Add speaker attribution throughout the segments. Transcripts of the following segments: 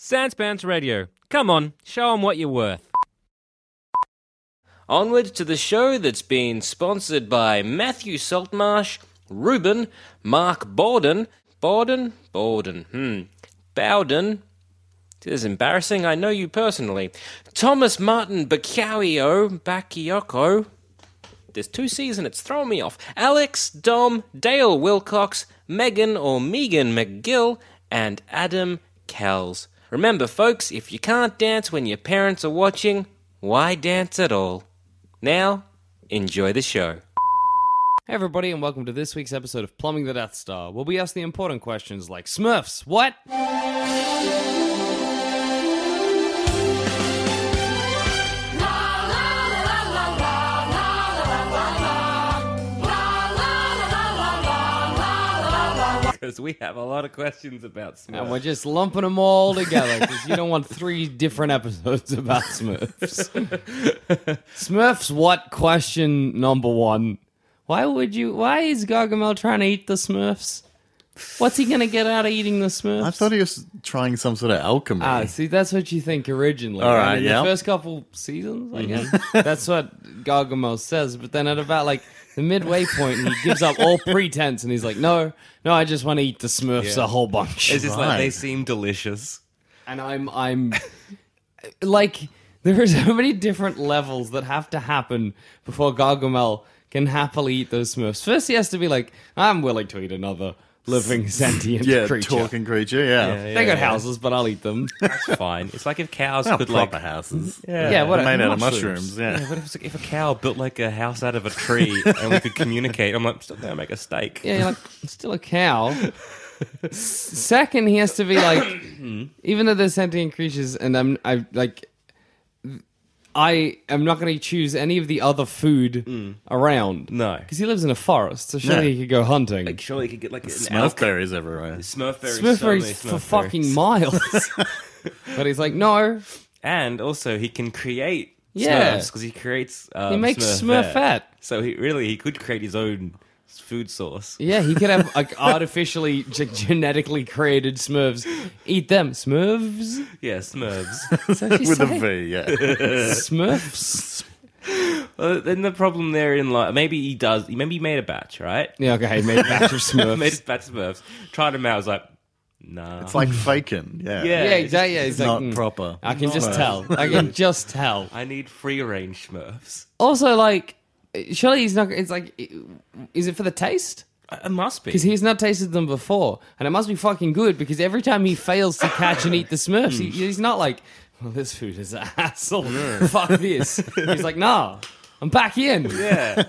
Speaker 1: Sans Pants Radio. Come on, show 'em what you're worth.
Speaker 2: Onward to the show that's been sponsored by Matthew Saltmarsh, Ruben, Mark Borden, Borden, Borden, hmm, Bowden. It is embarrassing. I know you personally. Thomas Martin Bacchio, Bacchiocco. There's two C's and it's throwing me off. Alex, Dom, Dale Wilcox, Megan or Megan McGill, and Adam Kells. Remember, folks, if you can't dance when your parents are watching, why dance at all? Now, enjoy the show.
Speaker 1: Hey, everybody, and welcome to this week's episode of Plumbing the Death Star, where we ask the important questions like Smurfs, what?
Speaker 2: Because we have a lot of questions about
Speaker 1: And
Speaker 2: Smurfs.
Speaker 1: we're just lumping them all together because you don't want three different episodes about Smurfs. Smurfs, what? Question number one. Why would you? Why is Gargamel trying to eat the Smurfs? What's he going to get out of eating the Smurfs?
Speaker 3: I thought he was trying some sort of alchemy.
Speaker 1: Ah, see, that's what you think originally.
Speaker 3: All
Speaker 1: right,
Speaker 3: right,
Speaker 1: in
Speaker 3: yeah. Mm-hmm.
Speaker 1: The first couple seasons, I guess. that's what Gargamel says. But then at about like the midway point, he gives up all pretense and he's like, "No, no, I just want to eat the Smurfs a whole bunch."
Speaker 2: It's just
Speaker 3: Right.
Speaker 2: like they seem delicious.
Speaker 1: and I'm, I'm, like, there are so many different levels that have to happen before Gargamel can happily eat those Smurfs. First, he has to be like, "I'm willing to eat another living sentient
Speaker 3: yeah,
Speaker 1: creature."
Speaker 3: talking creature. Yeah,
Speaker 1: They got houses, but I'll eat them.
Speaker 2: Fine. It's like if cows
Speaker 3: Not
Speaker 2: could like
Speaker 3: Oh, proper houses.
Speaker 1: Yeah, what-
Speaker 3: made out of
Speaker 1: mushrooms.
Speaker 3: mushrooms. Yeah.
Speaker 2: What if, if a cow built like a house out of a tree and we could communicate? I'm like, still gonna make a steak.
Speaker 1: Yeah, you're like, "I'm still a cow. S- Second, he has to be like, even though they're sentient creatures, and I'm, I like, I am not going to choose any of the other food around.
Speaker 2: Mm. No.
Speaker 1: because he lives in a forest, so surely
Speaker 3: Yeah.
Speaker 1: he could go hunting.
Speaker 2: Like, surely you could get like an
Speaker 3: Smurf berries everywhere.
Speaker 2: Smurfberry.
Speaker 1: Smithbury's for fucking miles. but he's like, no,
Speaker 2: And also, he can create
Speaker 1: Yeah.
Speaker 2: Smurfs because he creats. Um,
Speaker 1: he makes
Speaker 2: Smurfette.
Speaker 1: Smurfette.
Speaker 2: So he really he could create his own food source.
Speaker 1: Yeah, he could have like artificially g- genetically created Smurfs. Eat them, Smurfs.
Speaker 2: Yeah, Smurfs.
Speaker 1: Is that what you
Speaker 3: With a
Speaker 1: say?
Speaker 3: V, yeah.
Speaker 1: Smurfs.
Speaker 2: well, then the problem therein lies. Maybe he does. Maybe he made a batch, right?
Speaker 1: Yeah, okay, made a batch of Smurfs.
Speaker 2: made a batch of Smurfs. Tried them out. Was like, nah.
Speaker 3: It's like faking. Yeah.
Speaker 2: Yeah.
Speaker 1: yeah, exactly. Yeah,
Speaker 3: It's
Speaker 1: he's
Speaker 3: not
Speaker 1: like, mm,
Speaker 3: proper.
Speaker 1: I can just tell. I can just tell.
Speaker 2: I need free range Smurfs.
Speaker 1: Also, like, surely he's not. It's like, is it for the taste?
Speaker 2: It it must be.
Speaker 1: Because he's not tasted them before, and it must be fucking good. Because every time he fails to catch and eat the Smurfs, he, he's not like, "Well, this food is a hassle. Fuck this." He's like, "Nah, I'm back in."
Speaker 2: Yeah.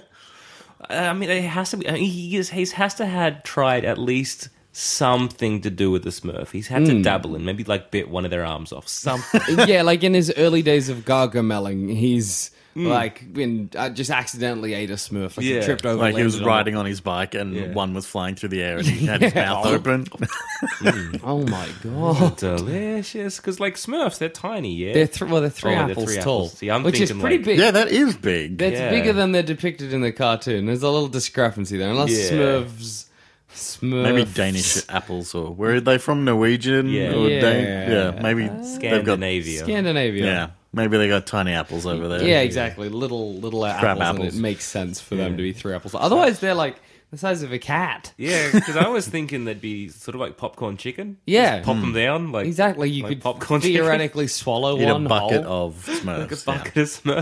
Speaker 2: I mean, it has to be. I mean, he is, he's has to had tried at least something to do with the Smurf. He's had to dabble in, maybe like bit one of their arms off. Something.
Speaker 1: yeah, like in his early days of gargameling, he's like been uh, just accidentally ate a Smurf, like he
Speaker 2: Yeah.
Speaker 1: tripped over,
Speaker 3: Like he was
Speaker 1: landed on
Speaker 3: riding on his bike and
Speaker 2: Yeah.
Speaker 3: one was flying through the air and he had his mouth open.
Speaker 1: it. Oh my god!
Speaker 2: Delicious, because like Smurfs, they're tiny. Yeah.
Speaker 1: They're th- well, they're three
Speaker 2: Oh, they're
Speaker 1: apples
Speaker 2: three
Speaker 1: tall,
Speaker 2: apples. See, I'm
Speaker 1: which is
Speaker 2: thinking,
Speaker 1: pretty
Speaker 2: like-
Speaker 1: big.
Speaker 3: yeah, that is big.
Speaker 1: That's
Speaker 2: Yeah.
Speaker 1: bigger than they're depicted in the cartoon. There's a little discrepancy there, unless
Speaker 2: Yeah.
Speaker 1: Smurfs, Smurfs,
Speaker 3: Maybe Danish apples or where are they from? Norwegian
Speaker 2: Yeah.
Speaker 3: or
Speaker 1: Yeah.
Speaker 3: Dan- yeah, maybe they've got-
Speaker 2: Scandinavia.
Speaker 1: Scandinavia.
Speaker 3: yeah, maybe they got tiny apples over there.
Speaker 1: Yeah, exactly. Little little apples, and
Speaker 3: apples.
Speaker 1: it makes sense for them to be three apples. Otherwise, they're like The size of a cat.
Speaker 4: Yeah, because I was thinking they'd be sort of like popcorn chicken.
Speaker 1: Yeah.
Speaker 4: Just pop
Speaker 3: Hmm.
Speaker 4: them down. Like
Speaker 1: Exactly. You
Speaker 4: like
Speaker 1: could
Speaker 4: popcorn
Speaker 1: theoretically swallow
Speaker 3: In
Speaker 1: one
Speaker 3: a bucket
Speaker 1: whole.
Speaker 3: of Smurfs.
Speaker 4: chicken.
Speaker 3: yeah.
Speaker 4: Bucket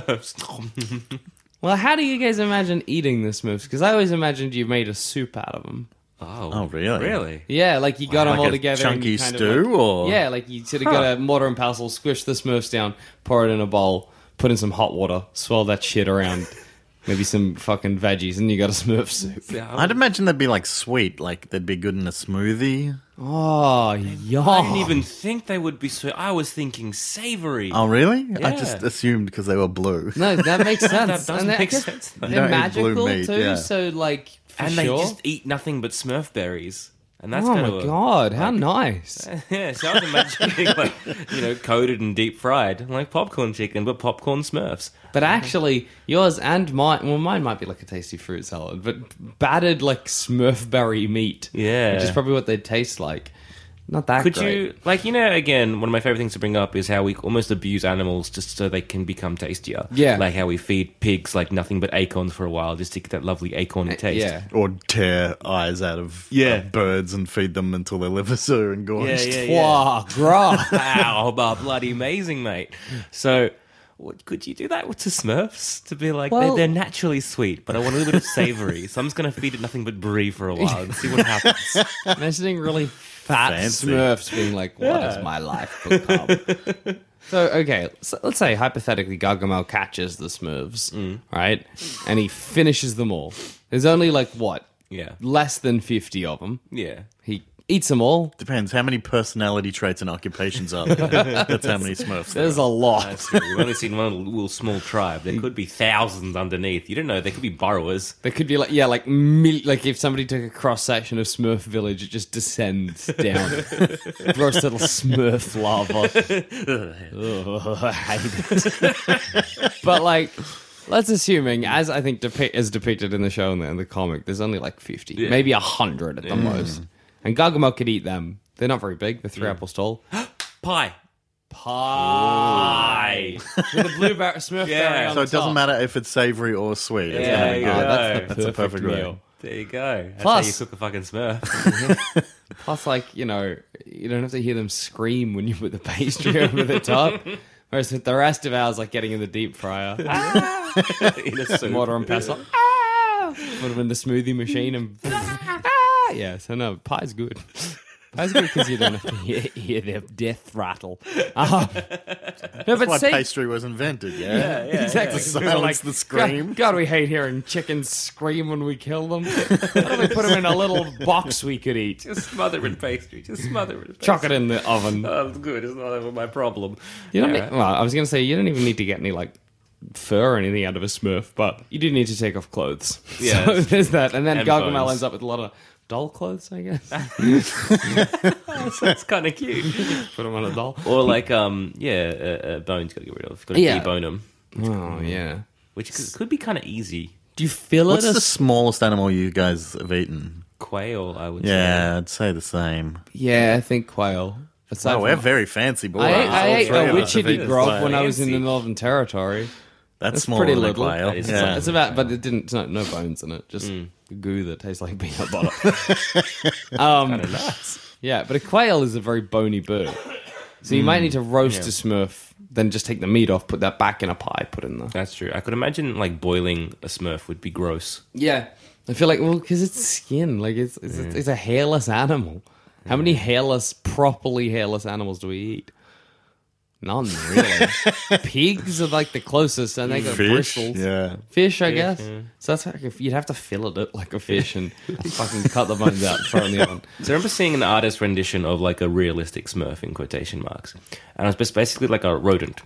Speaker 4: of Smurfs.
Speaker 1: Well, how do you guys imagine eating the Smurfs? Because I always imagined you made a soup out of them.
Speaker 4: oh,
Speaker 3: Oh, really?
Speaker 4: Really?
Speaker 1: Yeah, like you got them
Speaker 3: Like
Speaker 1: all
Speaker 3: a
Speaker 1: together. and
Speaker 3: chunky
Speaker 1: you kind of,
Speaker 3: stew,
Speaker 1: like-
Speaker 3: or
Speaker 1: yeah, like you sort of got a mortar and pestle, squish the Smurfs down, pour it in a bowl, put in some hot water, swirl that shit around, maybe some fucking veggies, and you got a Smurf soup.
Speaker 3: I'd imagine they'd be like sweet, like they'd be good in a smoothie.
Speaker 1: Oh, yum!
Speaker 4: I didn't even think they would be sweet. I was thinking savory.
Speaker 3: Oh, really? I
Speaker 4: Yeah.
Speaker 3: just assumed because they were blue.
Speaker 1: No, that makes sense.
Speaker 4: does
Speaker 1: and they're-
Speaker 4: make sense.
Speaker 1: They're
Speaker 3: don't eat
Speaker 1: magical
Speaker 3: blue meat,
Speaker 1: too,
Speaker 3: yeah.
Speaker 1: so like for
Speaker 4: and
Speaker 1: sure.
Speaker 4: they just eat nothing but Smurf berries. And that's
Speaker 1: oh
Speaker 4: kind
Speaker 1: my
Speaker 4: of a-
Speaker 1: god, how nice!
Speaker 4: Yeah, so I was imagining like you know, coated and deep fried, like popcorn chicken, but popcorn Smurfs.
Speaker 1: But actually, yours and mine. Well, mine might be like a tasty fruit salad, but battered like Smurf berry meat.
Speaker 4: Yeah.
Speaker 1: which is probably what they taste like. Not that.
Speaker 4: Could
Speaker 1: great.
Speaker 4: you like you know again? One of my favorite things to bring up is how we almost abuse animals just so they can become tastier.
Speaker 1: Yeah.
Speaker 4: like how we feed pigs like nothing but acorns for a while just to get that lovely acorn taste.
Speaker 1: Uh, Yeah.
Speaker 3: Or tear eyes out of uh,
Speaker 4: Yeah.
Speaker 3: birds and feed them until their livers are engorged.
Speaker 4: Yeah,
Speaker 1: Wow, bruh.
Speaker 4: Wow, but bloody amazing, mate. So. What, could you do that with the Smurfs to be like
Speaker 1: Well-
Speaker 4: they're, they're naturally sweet, but I want a little bit of savory, so I'm just gonna feed it nothing but brie for a while and see what happens.
Speaker 1: Imagining really fat
Speaker 3: Fancy.
Speaker 1: Smurfs being like, "What has my life become?" so okay, so let's say hypothetically, Gargamel catches the Smurfs,
Speaker 4: Mm.
Speaker 1: right, and he finishes them all. There's only like what,
Speaker 4: Yeah,
Speaker 1: less than fifty of them.
Speaker 4: yeah.
Speaker 1: He eats them all.
Speaker 3: Depends how many personality traits and occupations are there. That's how many Smurfs. There.
Speaker 1: There's a lot.
Speaker 4: We've only seen one little small tribe. There could be thousands underneath. You don't know. They could be borrowers.
Speaker 1: There could be like yeah, like mil- like if somebody took a cross section of Smurf Village, it just descends down, gross little Smurf lava. Ugh, I hate it. but like, let's assuming as I think depi- as depicted in the show and the, in the comic, there's only like fifty, maybe hundred at the most, and Gargamel could eat them. They're not very big. They're three apples tall.
Speaker 4: Pie.
Speaker 1: Pie
Speaker 4: Pie.
Speaker 1: with a blue bar- Smurf
Speaker 4: Yeah.
Speaker 1: berry on
Speaker 3: So it doesn't
Speaker 1: top.
Speaker 3: matter if it's savory or sweet. It's
Speaker 4: Yeah,
Speaker 3: gonna be
Speaker 4: you
Speaker 3: good.
Speaker 4: go.
Speaker 1: that's the
Speaker 3: That's a
Speaker 1: perfect
Speaker 3: perfect way.
Speaker 1: meal.
Speaker 4: There you go. That's
Speaker 1: Plus-
Speaker 4: how you cook a fucking Smurf.
Speaker 1: Plus, like, you know, you don't have to hear them scream when you put the pastry over the top. Whereas with the rest of ours, like getting in the deep fryer,
Speaker 3: Ah!
Speaker 4: In a soup.
Speaker 1: water and pestle, ah! put them in the smoothie machine and. ah! Yeah, so no, pie's good. Pie's good because you don't have to hear, hear their death rattle. Um, no, but
Speaker 3: Why
Speaker 1: see,
Speaker 3: pastry was invented? Yeah.
Speaker 1: exactly. 'cause we were
Speaker 3: Silence
Speaker 1: like,
Speaker 3: the scream.
Speaker 1: God, God, we hate hearing chickens scream when we kill them. Why don't we put them in a little box we could eat?
Speaker 4: Just smother in pastry. Just smother in pastry.
Speaker 1: Chuck it in the oven.
Speaker 4: Oh, it's good. It's not ever my problem.
Speaker 1: You don't
Speaker 4: Yeah,
Speaker 1: need, well, I was going to say you don't even need to get any like fur or anything out of a Smurf, but you do need to take off clothes.
Speaker 4: Yeah,
Speaker 1: so
Speaker 4: that's
Speaker 1: there's that, and then
Speaker 4: And
Speaker 1: Gargamel
Speaker 4: bones.
Speaker 1: ends up with a lot of doll clothes, I guess.
Speaker 4: That's kind of cute.
Speaker 1: Put him on a doll.
Speaker 4: Or like, um, yeah, uh, uh, bones got to get rid of. Got to
Speaker 1: Yeah.
Speaker 4: debone them,
Speaker 1: Oh yeah.
Speaker 4: which could, could be kind of easy.
Speaker 1: Do you feel
Speaker 3: What's
Speaker 1: it?
Speaker 3: the
Speaker 1: as-
Speaker 3: smallest animal you guys have eaten?
Speaker 4: Quail, I would say.
Speaker 3: Yeah, I'd say the same.
Speaker 1: yeah, I think quail. Aside
Speaker 3: Oh, we're
Speaker 1: from-
Speaker 3: very fancy boys.
Speaker 1: I, ate- I
Speaker 3: All
Speaker 1: ate
Speaker 3: three
Speaker 1: a
Speaker 3: of us have
Speaker 1: witchetty
Speaker 3: eaten
Speaker 1: grub
Speaker 3: quail.
Speaker 1: when I was in the Northern Territory.
Speaker 3: That's
Speaker 1: It's
Speaker 3: smaller
Speaker 1: pretty
Speaker 3: than a
Speaker 1: little.
Speaker 3: quail.
Speaker 4: It's
Speaker 3: Yeah. Mm.
Speaker 1: It's about, but it didn't. It's not, no bones in it. Just goo that tastes like peanut butter. um, Yeah, but a quail is a very bony bird, so you
Speaker 3: Mm.
Speaker 1: might need to roast a Smurf, then just take the meat off, put that back in a pie, put in the.
Speaker 4: That's true. I could imagine like boiling a Smurf would be gross.
Speaker 1: Yeah, I feel like well, because it's skin, like it's it's, it's a hairless animal. How many hairless, properly hairless animals do we eat? None really. Pigs are like the closest, and they got
Speaker 3: Fish.
Speaker 1: bristles.
Speaker 3: Yeah.
Speaker 1: Fish, I guess. So that's like if you'd have to fillet it like a fish and fucking cut the bones out, throw it in the oven.
Speaker 4: So I remember seeing an artist rendition of like a realistic Smurf in quotation marks, and it was bas- basically like a rodent,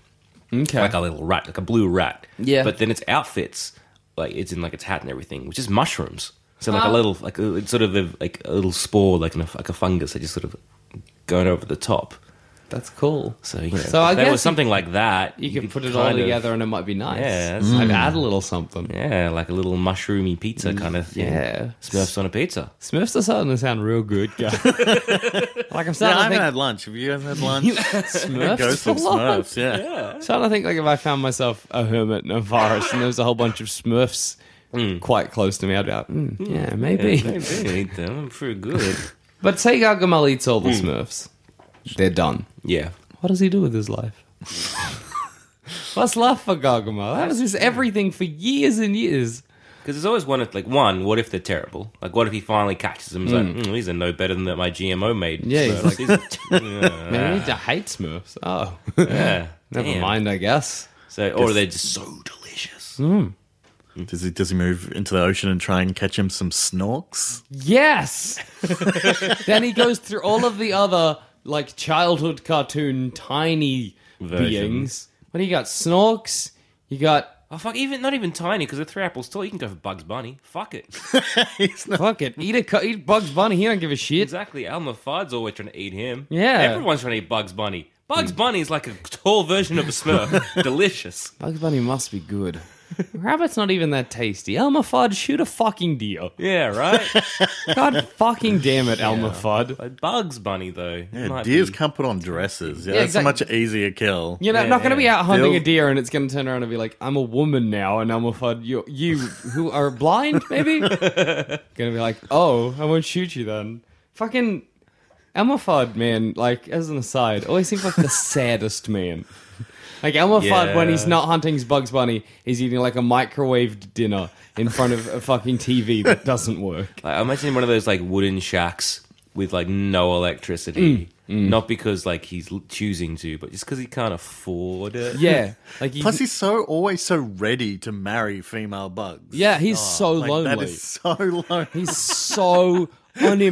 Speaker 1: Okay.
Speaker 4: like a little rat, like a blue rat.
Speaker 1: Yeah.
Speaker 4: But then its outfits, like it's in like its hat and everything, which is mushrooms. So
Speaker 1: Uh-huh.
Speaker 4: like a little, like a, it's sort of a, like a little spore, like a, like a fungus that just sort of going over the top.
Speaker 1: That's cool.
Speaker 4: So you know,
Speaker 1: So I
Speaker 4: if there
Speaker 1: guess
Speaker 4: was something like that.
Speaker 1: You can put
Speaker 4: could
Speaker 1: it all
Speaker 4: kind of-
Speaker 1: together and it might be nice.
Speaker 4: Yeah, that's-
Speaker 1: Like add a little something.
Speaker 4: yeah, like a little mushroomy pizza kind of thing.
Speaker 1: Mm, Yeah.
Speaker 4: Smurfs on a pizza.
Speaker 1: Smurfs are starting to sound real good, guys. like I'm
Speaker 3: Yeah, I
Speaker 1: starting
Speaker 3: haven't
Speaker 1: to
Speaker 3: had lunch. Have you guys had lunch?
Speaker 1: think Smurfs
Speaker 3: Ghosts
Speaker 1: for
Speaker 3: and
Speaker 1: lunch.
Speaker 3: Smurfs. Yeah.
Speaker 1: Starting to think like if I found myself a hermit in a forest and there was a whole bunch of Smurfs quite close to me, I'd be like, "Mm, yeah, maybe.
Speaker 4: Hmm. Maybe eat them. I'm pretty good.
Speaker 1: But say Gargamel eats all the
Speaker 4: Hmm.
Speaker 1: Smurfs. They're done.
Speaker 4: Yeah.
Speaker 1: What does he do with his life? What's left for Gargamel? That was his everything for years and years.
Speaker 4: Because there's always one, like, one, what if they're terrible? Like, what if he finally catches them? He's like, mm, these are no better than that my GMO made.
Speaker 1: Yeah, he's
Speaker 4: Smurfs.
Speaker 1: like-
Speaker 4: These are- yeah.
Speaker 1: Man, we need to hate Smurfs. Oh,
Speaker 4: yeah.
Speaker 1: never
Speaker 4: Damn.
Speaker 1: mind, I guess.
Speaker 4: So, or they're just so delicious.
Speaker 1: Hmm.
Speaker 3: Mm. Does he does he move into the ocean and try and catch him some snorks?
Speaker 1: Yes! then he goes through all of the other, like, childhood cartoon tiny
Speaker 4: Versions.
Speaker 1: beings. What do you got? Snorks? You got.
Speaker 4: Oh, fuck, even, not even tiny, because they're three apples tall. You can go for Bugs Bunny. Fuck it.
Speaker 1: Fuck it. Eat a cu- eat Bugs Bunny. He don't give a shit.
Speaker 4: Exactly. Alma Fard's always trying to eat him.
Speaker 1: Yeah.
Speaker 4: Everyone's trying to eat Bugs Bunny. Bugs Bunny's like a tall version of a Smurf. Delicious.
Speaker 1: Bugs Bunny must be good. Rabbit's not even that tasty. Elmer Fudd, shoot a fucking deer.
Speaker 4: Yeah, right?
Speaker 1: God fucking damn it, Elmer Fudd.
Speaker 4: But Bugs Bunny, though.
Speaker 3: Yeah,
Speaker 4: might
Speaker 3: deers
Speaker 4: be-
Speaker 3: can't put on dresses. Yeah,
Speaker 1: Yeah,
Speaker 3: that's
Speaker 1: exact-
Speaker 3: a much easier kill.
Speaker 1: You're not, not going to be out hunting
Speaker 3: They'll-
Speaker 1: a deer and it's going to turn around and be like, I'm a woman now, and Elmer Fudd, you, you who are blind, maybe? going to be like, oh, I won't shoot you then. Fucking Elmer Fudd, man, like, as an aside, always seems like the saddest man. Like Elmer Fudd, when he's
Speaker 4: Yeah.
Speaker 1: not hunting his Bugs Bunny, he's eating like a microwaved dinner in front of a fucking TV that doesn't work.
Speaker 4: Like, I'm imagining one of those like wooden shacks with like no
Speaker 1: Mm,
Speaker 4: electricity. Not because like he's l- choosing to, but just because he can't afford it.
Speaker 1: Yeah, like he,
Speaker 3: Plus, he's so always so ready to marry female bugs.
Speaker 1: yeah, he's so
Speaker 3: Oh, like,
Speaker 1: lonely.
Speaker 3: That is so lonely.
Speaker 1: He's so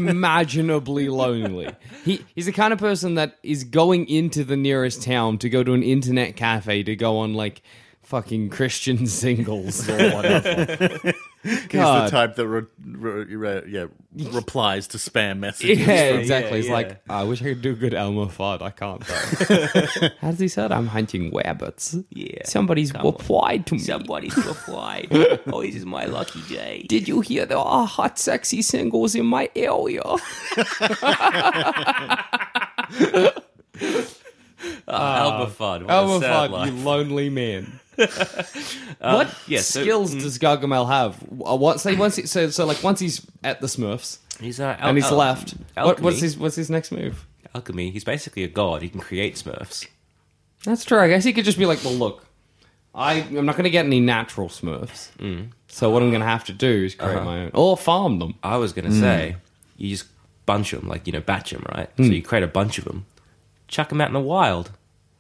Speaker 1: unimaginably lonely. He he's the kind of person that is going into the nearest town to go to an internet cafe to go on like fucking Christian singles or whatever.
Speaker 3: He's the
Speaker 1: God.
Speaker 3: type that re- re- re- yeah replies to spam messages.
Speaker 1: Yeah,
Speaker 3: from-
Speaker 1: exactly. He's
Speaker 4: yeah.
Speaker 1: like, I wish I could do good Elmer Fudd. I can't. Though. How does he say it? I'm hunting rabbits.
Speaker 4: Yeah.
Speaker 1: Somebody's replied to me.
Speaker 4: Somebody's replied. oh, this is my lucky day.
Speaker 1: Did you hear there are hot, sexy singles in my area?
Speaker 4: Alba Fudd. What
Speaker 1: Elmer
Speaker 4: a
Speaker 1: Fudd,
Speaker 4: sad life.
Speaker 1: Oh,
Speaker 4: Um,
Speaker 1: you lonely man. what
Speaker 4: yeah, so- mm.
Speaker 1: skills does Gargamel have? Uh, What, say once he, so, so like once he's at the Smurfs
Speaker 4: He's uh, al-
Speaker 1: and he's
Speaker 4: al-
Speaker 1: left. What,
Speaker 4: alchemy.
Speaker 1: what's his What's his next move?
Speaker 4: alchemy. He's basically a god. He can create Smurfs.
Speaker 1: That's true. I guess he could just be like, well, look, I I'm not going to get any natural Smurfs.
Speaker 4: Mm.
Speaker 1: So what I'm going to have to do is
Speaker 4: Uh-huh.
Speaker 1: create my own or farm them.
Speaker 4: I was gonna say you just bunch them, like you know, batch them, right? So you create a bunch of them, chuck them out in the wild.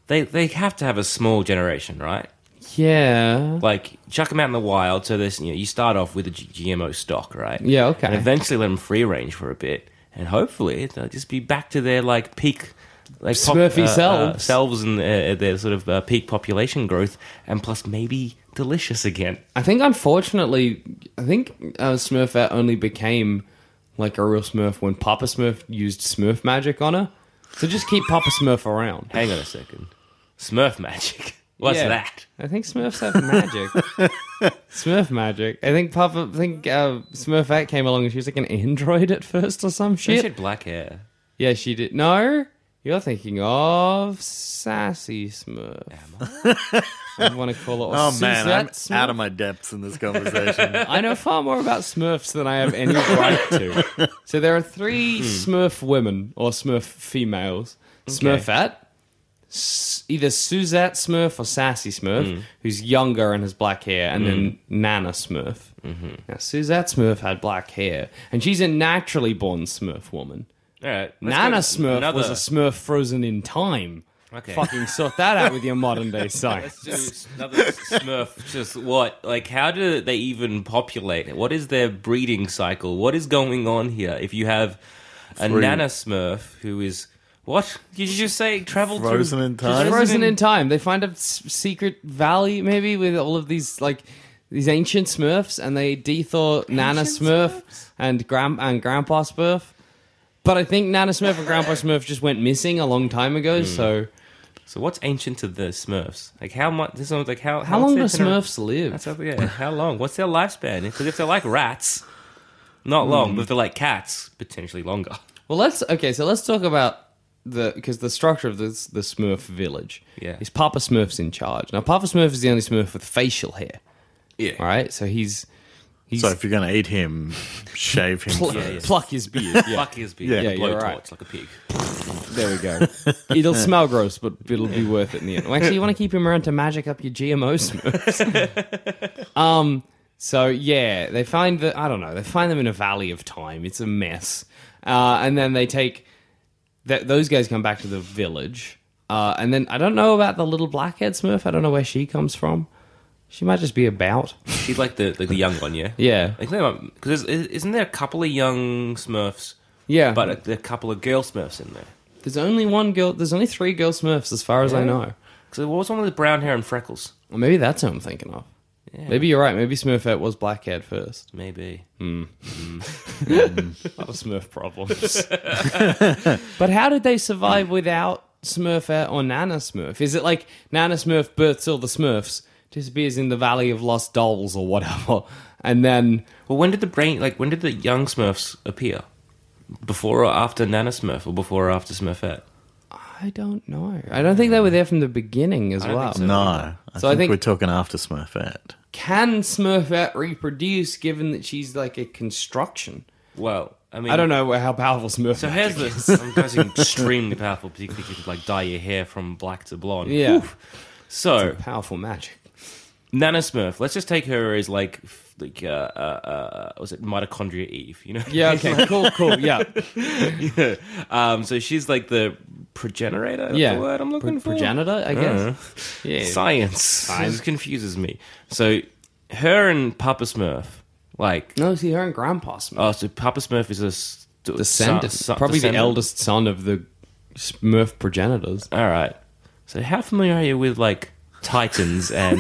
Speaker 4: They they have to have a small generation, right?
Speaker 1: Yeah.
Speaker 4: like chuck them out in the wild. So this, you know, you start off with a G- GMO stock, right?
Speaker 1: Yeah, okay.
Speaker 4: And eventually let them free range for a bit, and hopefully they'll just be back to their like peak, like
Speaker 1: Smurfy
Speaker 4: uh, uh,
Speaker 1: selves.
Speaker 4: selves and uh, their sort of uh, peak population growth, and plus maybe delicious again.
Speaker 1: I think unfortunately, I think uh, Smurfette only became like a real Smurf when Papa Smurf used Smurf magic on her. So just keep Papa Smurf around.
Speaker 4: Hang on a second, Smurf magic. What's
Speaker 1: Yeah.
Speaker 4: that?
Speaker 1: I think Smurfs have magic. Smurf magic. I think Papa. I think uh, Smurfette came along and she was like an android at first or some
Speaker 4: She
Speaker 1: shit.
Speaker 4: had black hair.
Speaker 1: Yeah, she did. No, you're thinking of sassy Smurf. I want to call it.
Speaker 3: Oh man,
Speaker 1: Suzette
Speaker 3: I'm out
Speaker 1: Smurf.
Speaker 3: of my depths in this conversation.
Speaker 1: I know far more about Smurfs than I have any right to. So there are
Speaker 4: Hmm.
Speaker 1: three Smurf women or Smurf females: Smurfette, S- either Suzette Smurf or Sassy Smurf,
Speaker 4: Hmm.
Speaker 1: who's younger and has black hair, and then Nana Smurf.
Speaker 4: Mm-hmm.
Speaker 1: Now Suzette Smurf had black hair, and she's a naturally born Smurf woman.
Speaker 4: All right, let's
Speaker 1: Nana
Speaker 4: go to
Speaker 1: Smurf was a Smurf frozen in time.
Speaker 4: Okay.
Speaker 1: Fucking sort that out with your modern day science.
Speaker 4: Let's do another Smurf. Just what? Like, how do they even populate it? What is their breeding cycle? What is going on here? If you have a Nana Smurf who is what? Did you just say travel
Speaker 3: Frozen
Speaker 4: through?
Speaker 3: in time.
Speaker 1: frozen in time. They find a s- secret valley, maybe, with all of these like these ancient Smurfs, and they dethaw Nana Smurf and Grand and Grandpa Smurf. But I think Nana Smurf and Grandpa Smurf just went missing a long time
Speaker 4: Hmm.
Speaker 1: ago. So
Speaker 4: So what's ancient to the Smurfs? Like how much? This one's like how?
Speaker 1: how long do
Speaker 4: long's their gener-
Speaker 1: Smurfs live?
Speaker 4: That's up- yeah, how long? What's their lifespan? Because if they're like rats, not long. But if they're like cats, potentially longer.
Speaker 1: Well, let's okay. So let's talk about the because the structure of this the Smurf village.
Speaker 4: Yeah.
Speaker 1: is Papa Smurf's in charge now. Papa Smurf is the only Smurf with facial hair.
Speaker 4: Yeah.
Speaker 1: All right, so he's He's
Speaker 3: So if you're going to eat him, shave him.
Speaker 1: pl-
Speaker 3: first.
Speaker 1: pluck his beard. Yeah,
Speaker 4: Fuck his beard.
Speaker 3: Yeah,
Speaker 1: yeah,
Speaker 4: Blowtorch
Speaker 1: you're right.
Speaker 4: like a pig.
Speaker 1: There we go. It'll smell gross, but it'll be worth it in the end. Well, actually, you want to keep him around to magic up your GMO smurfs. um. So yeah, they find the I don't know. They find them in a valley of time. It's a mess. Uh, and then they take th- those guys come back to the village. Uh, and then I don't know about the little blackhead Smurf. I don't know where she comes from. She might just be about.
Speaker 4: She's like the like the young one, yeah.
Speaker 1: Yeah.
Speaker 4: Because isn't there a couple of young Smurfs,
Speaker 1: Yeah.
Speaker 4: but a, a couple of girl Smurfs in there?
Speaker 1: there's only one girl. There's only three girl Smurfs, as far as I know.
Speaker 4: Because what was one with the brown hair and freckles?
Speaker 1: Well, maybe that's who I'm thinking of. Maybe you're right. Maybe Smurfette was blackhead first.
Speaker 4: Maybe.
Speaker 1: A lot of Smurf problems. but how did they survive without Smurfette or Nana Smurf? Is it like Nana Smurf births all the Smurfs, disappears in the Valley of Lost Dolls or whatever, and then
Speaker 4: Well, when did the brain like when did the young Smurfs appear? Before or after Nana Smurf, or before or after Smurfette?
Speaker 1: I don't know. I don't think they were there from the beginning as well.
Speaker 3: No, I,
Speaker 1: So I
Speaker 3: think
Speaker 1: think-
Speaker 3: we're talking after Smurfette.
Speaker 1: Can Smurfette reproduce given that she's like a construction?
Speaker 4: Well, I mean,
Speaker 1: I don't know how powerful Smurf.
Speaker 4: So here's this. I'm guessing extremely powerful, particularly if you could like dye your hair from black to blonde.
Speaker 1: Yeah.
Speaker 4: Oof. So
Speaker 1: powerful magic.
Speaker 4: Nana Smurf, let's just take her as like f- like uh, uh, uh was it mitochondria Eve? You know?
Speaker 1: Yeah. Okay. cool. Cool. Yeah.
Speaker 4: Yeah. Um. So she's like the progenitor. That's
Speaker 1: yeah.
Speaker 4: The word I'm looking
Speaker 1: Pro-
Speaker 4: for.
Speaker 1: Progenitor, I guess. Yeah.
Speaker 4: Science. This confuses me. So her and Papa Smurf, like
Speaker 1: No, see, her and Grandpa Smurf.
Speaker 4: oh, so Papa Smurf is a s- d-
Speaker 1: descendant.
Speaker 4: son- son-
Speaker 1: Probably the
Speaker 4: descendant.
Speaker 1: eldest son of the Smurf progenitors.
Speaker 4: All right. So how familiar are you with like Titans and?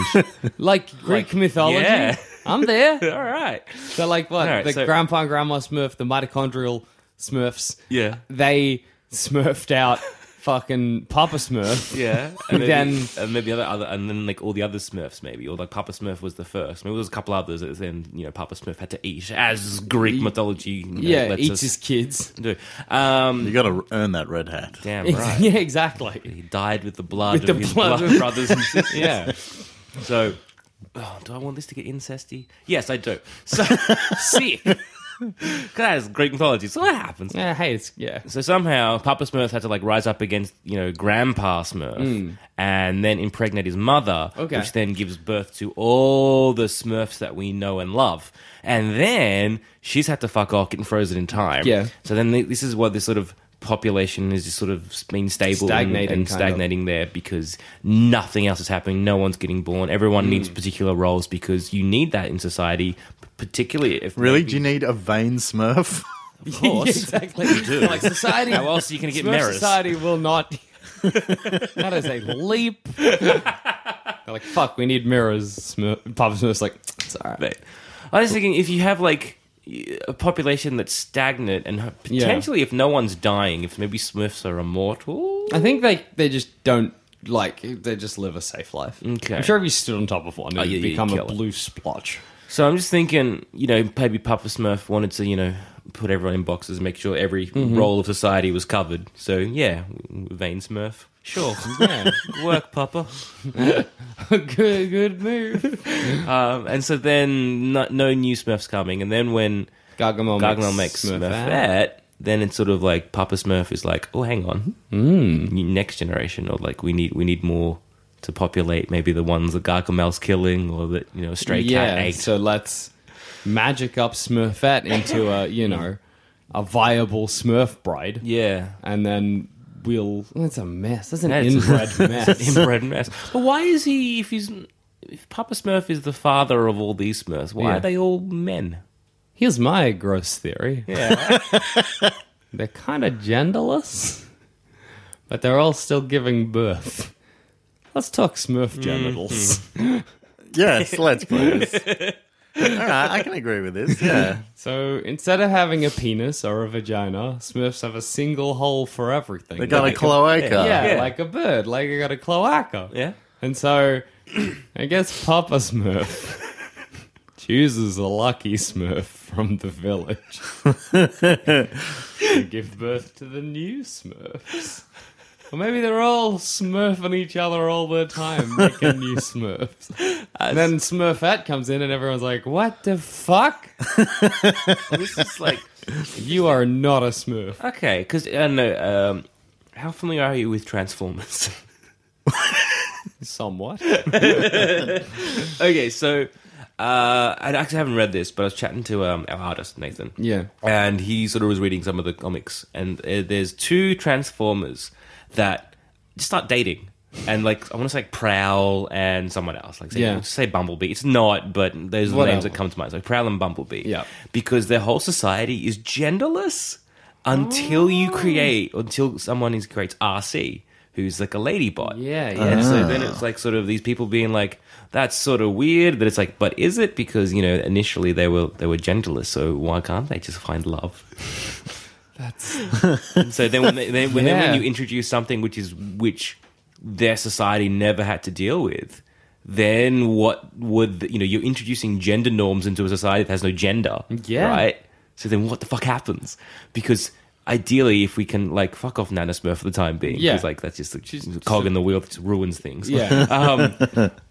Speaker 1: Like Greek mythology.
Speaker 4: yeah.
Speaker 1: I'm there.
Speaker 4: All right.
Speaker 1: They're like what?
Speaker 4: Alright,
Speaker 1: the
Speaker 4: so-
Speaker 1: grandpa and grandma Smurf, the mitochondrial Smurfs.
Speaker 4: Yeah.
Speaker 1: They smurfed out fucking Papa Smurf.
Speaker 4: Yeah, and maybe,
Speaker 1: Then-
Speaker 4: and maybe other, other, and then like all the other Smurfs, maybe, or like Papa Smurf was the first. Maybe there was a couple others that then you know Papa Smurf had to eat, as Greek mythology. You know,
Speaker 1: Yeah,
Speaker 4: lets
Speaker 1: eats
Speaker 4: us
Speaker 1: his kids.
Speaker 4: do. Um,
Speaker 3: You got to earn that red hat.
Speaker 4: damn right,
Speaker 1: yeah, exactly.
Speaker 4: he died with the blood
Speaker 1: With
Speaker 4: of
Speaker 1: the
Speaker 4: his
Speaker 1: blood
Speaker 4: blood
Speaker 1: of-
Speaker 4: brothers and sisters.
Speaker 1: Yeah.
Speaker 4: So, oh, do I want this to get incesty? Yes, I do. So sick. 'Cause That is Greek mythology. So that happens.
Speaker 1: Yeah, hey, it's yeah.
Speaker 4: So somehow Papa Smurf had to like rise up against you know Grandpa Smurf and then impregnate his mother,
Speaker 1: Hmm. Okay.
Speaker 4: which then gives birth to all the Smurfs that we know and love. And then she's had to fuck off, getting frozen in time.
Speaker 1: Yeah.
Speaker 4: So then th- this is what this sort of population is just sort of been stable and-
Speaker 1: Stagnating,
Speaker 4: and
Speaker 1: kind of.
Speaker 4: stagnating there because nothing else is happening. No one's getting born. Everyone needs
Speaker 1: Hmm.
Speaker 4: particular roles because you need that in society, p- particularly if
Speaker 3: Really?
Speaker 4: maybe-
Speaker 3: Do you need a vain Smurf?
Speaker 4: of course.
Speaker 1: exactly. Like society.
Speaker 4: How else are you going to get
Speaker 1: Smurf
Speaker 4: merits?
Speaker 1: society will not. that is a leap. They're like, fuck, we need mirrors. Smurf, Papa Smurf's like, it's all right.
Speaker 4: But I was thinking if you have like a population that's stagnant and potentially if no one's dying, if maybe Smurfs are immortal.
Speaker 1: I think they they just don't like they just live a safe life.
Speaker 4: Okay. Oh,
Speaker 1: I'm sure if you stood on top of one, it'd
Speaker 4: yeah, you'd
Speaker 1: become a
Speaker 4: kill it.
Speaker 1: blue splotch.
Speaker 4: So I'm just thinking, you know, maybe Papa Smurf wanted to, you know, put everyone in boxes, make sure every role of society was covered. So yeah, Vane Smurf. Sure, yeah, work, Papa.
Speaker 1: good good move.
Speaker 4: Um, and so then no, no new Smurfs coming, and then when
Speaker 1: Gargamel,
Speaker 4: Gargamel makes
Speaker 1: out.
Speaker 4: Smurfette, then it's sort of like Papa Smurf is like, oh, hang on, mm. next generation, or like we need we need more to populate maybe the ones that Gargamel's killing, or that you know stray cat
Speaker 1: Yeah,
Speaker 4: ate.
Speaker 1: so let's magic up Smurfette into a you know a viable Smurf bride.
Speaker 4: yeah.
Speaker 1: and then we'll. That's a mess. That's an
Speaker 4: That's-
Speaker 1: inbred mess.
Speaker 4: Inbred mess. But why is he if he's if Papa Smurf is the father of all these Smurfs? Why
Speaker 1: Yeah.
Speaker 4: are they all men?
Speaker 1: Here's my gross theory. Yeah, they're kind of genderless, but they're all still giving birth. Let's talk Smurf genitals.
Speaker 3: yes, let's please. All right, I can agree with this. Yeah.
Speaker 1: So instead of having a penis or a vagina, Smurfs have a single hole for everything.
Speaker 3: They got a
Speaker 1: Like
Speaker 3: cloaca.
Speaker 1: yeah,
Speaker 4: Yeah.
Speaker 1: like a bird, like I got a cloaca.
Speaker 4: Yeah.
Speaker 1: And so, I guess Papa Smurf chooses a lucky Smurf from the village to give birth to the new Smurfs. Or maybe they're all smurfing each other all the time, making new smurfs. And then Smurfette comes in, and everyone's like, What the fuck?
Speaker 4: this is like
Speaker 1: You are not a smurf.
Speaker 4: okay, because I don't know. Um, how familiar are you with Transformers?
Speaker 1: Somewhat.
Speaker 4: okay, so uh, I actually haven't read this, but I was chatting to um, our artist Nathan.
Speaker 1: Yeah.
Speaker 4: and he sort of was reading some of the comics, and uh, there's two Transformers that just start dating. And like I want to say like Prowl and someone else, like say,
Speaker 1: Yeah.
Speaker 4: yeah. say Bumblebee. It's not, but those are the names
Speaker 1: Whatever.
Speaker 4: that come to mind. So Prowl and Bumblebee,
Speaker 1: Yeah.
Speaker 4: because their whole society is genderless until
Speaker 1: Oh.
Speaker 4: you create until someone is creates RC, who's like a ladybot.
Speaker 1: Yeah, yeah.
Speaker 4: And so then it's like sort of these people being like, "That's sort of weird." That it's like, but is it because you know initially they were they were genderless, so why can't they just find love? That's so then when they, then, when, then
Speaker 1: Yeah.
Speaker 4: when you introduce something which is which their society never had to deal with, then what would you know? You're introducing gender norms into a society that has no gender,
Speaker 1: Yeah.
Speaker 4: right? So then what the fuck happens? Because ideally, if we can like fuck off Nana Smurf for the time being,
Speaker 1: Yeah.
Speaker 4: because like that's just a cog in the wheel that just ruins things.
Speaker 1: Yeah.
Speaker 4: Um,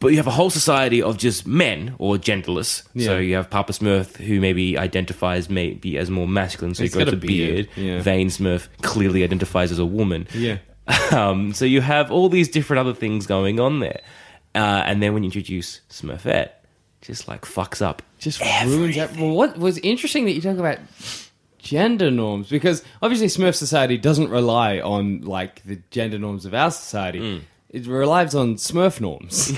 Speaker 4: but you have a whole society of just men or genderless.
Speaker 1: Yeah.
Speaker 4: So you have Papa Smurf, who maybe identifies maybe as more masculine, so
Speaker 1: He's
Speaker 4: he
Speaker 1: got
Speaker 4: grows a
Speaker 1: a
Speaker 4: beard.
Speaker 1: beard, yeah.
Speaker 4: Vane Smurf clearly identifies as a woman.
Speaker 1: Yeah.
Speaker 4: Um, so you have all these different other things going on there. Uh, and then when you introduce Smurfette, just like fucks up.
Speaker 1: just ruins that. Well, what was interesting that you talk about gender norms because obviously Smurf society doesn't rely on like the gender norms of our society. It relies on Smurf norms.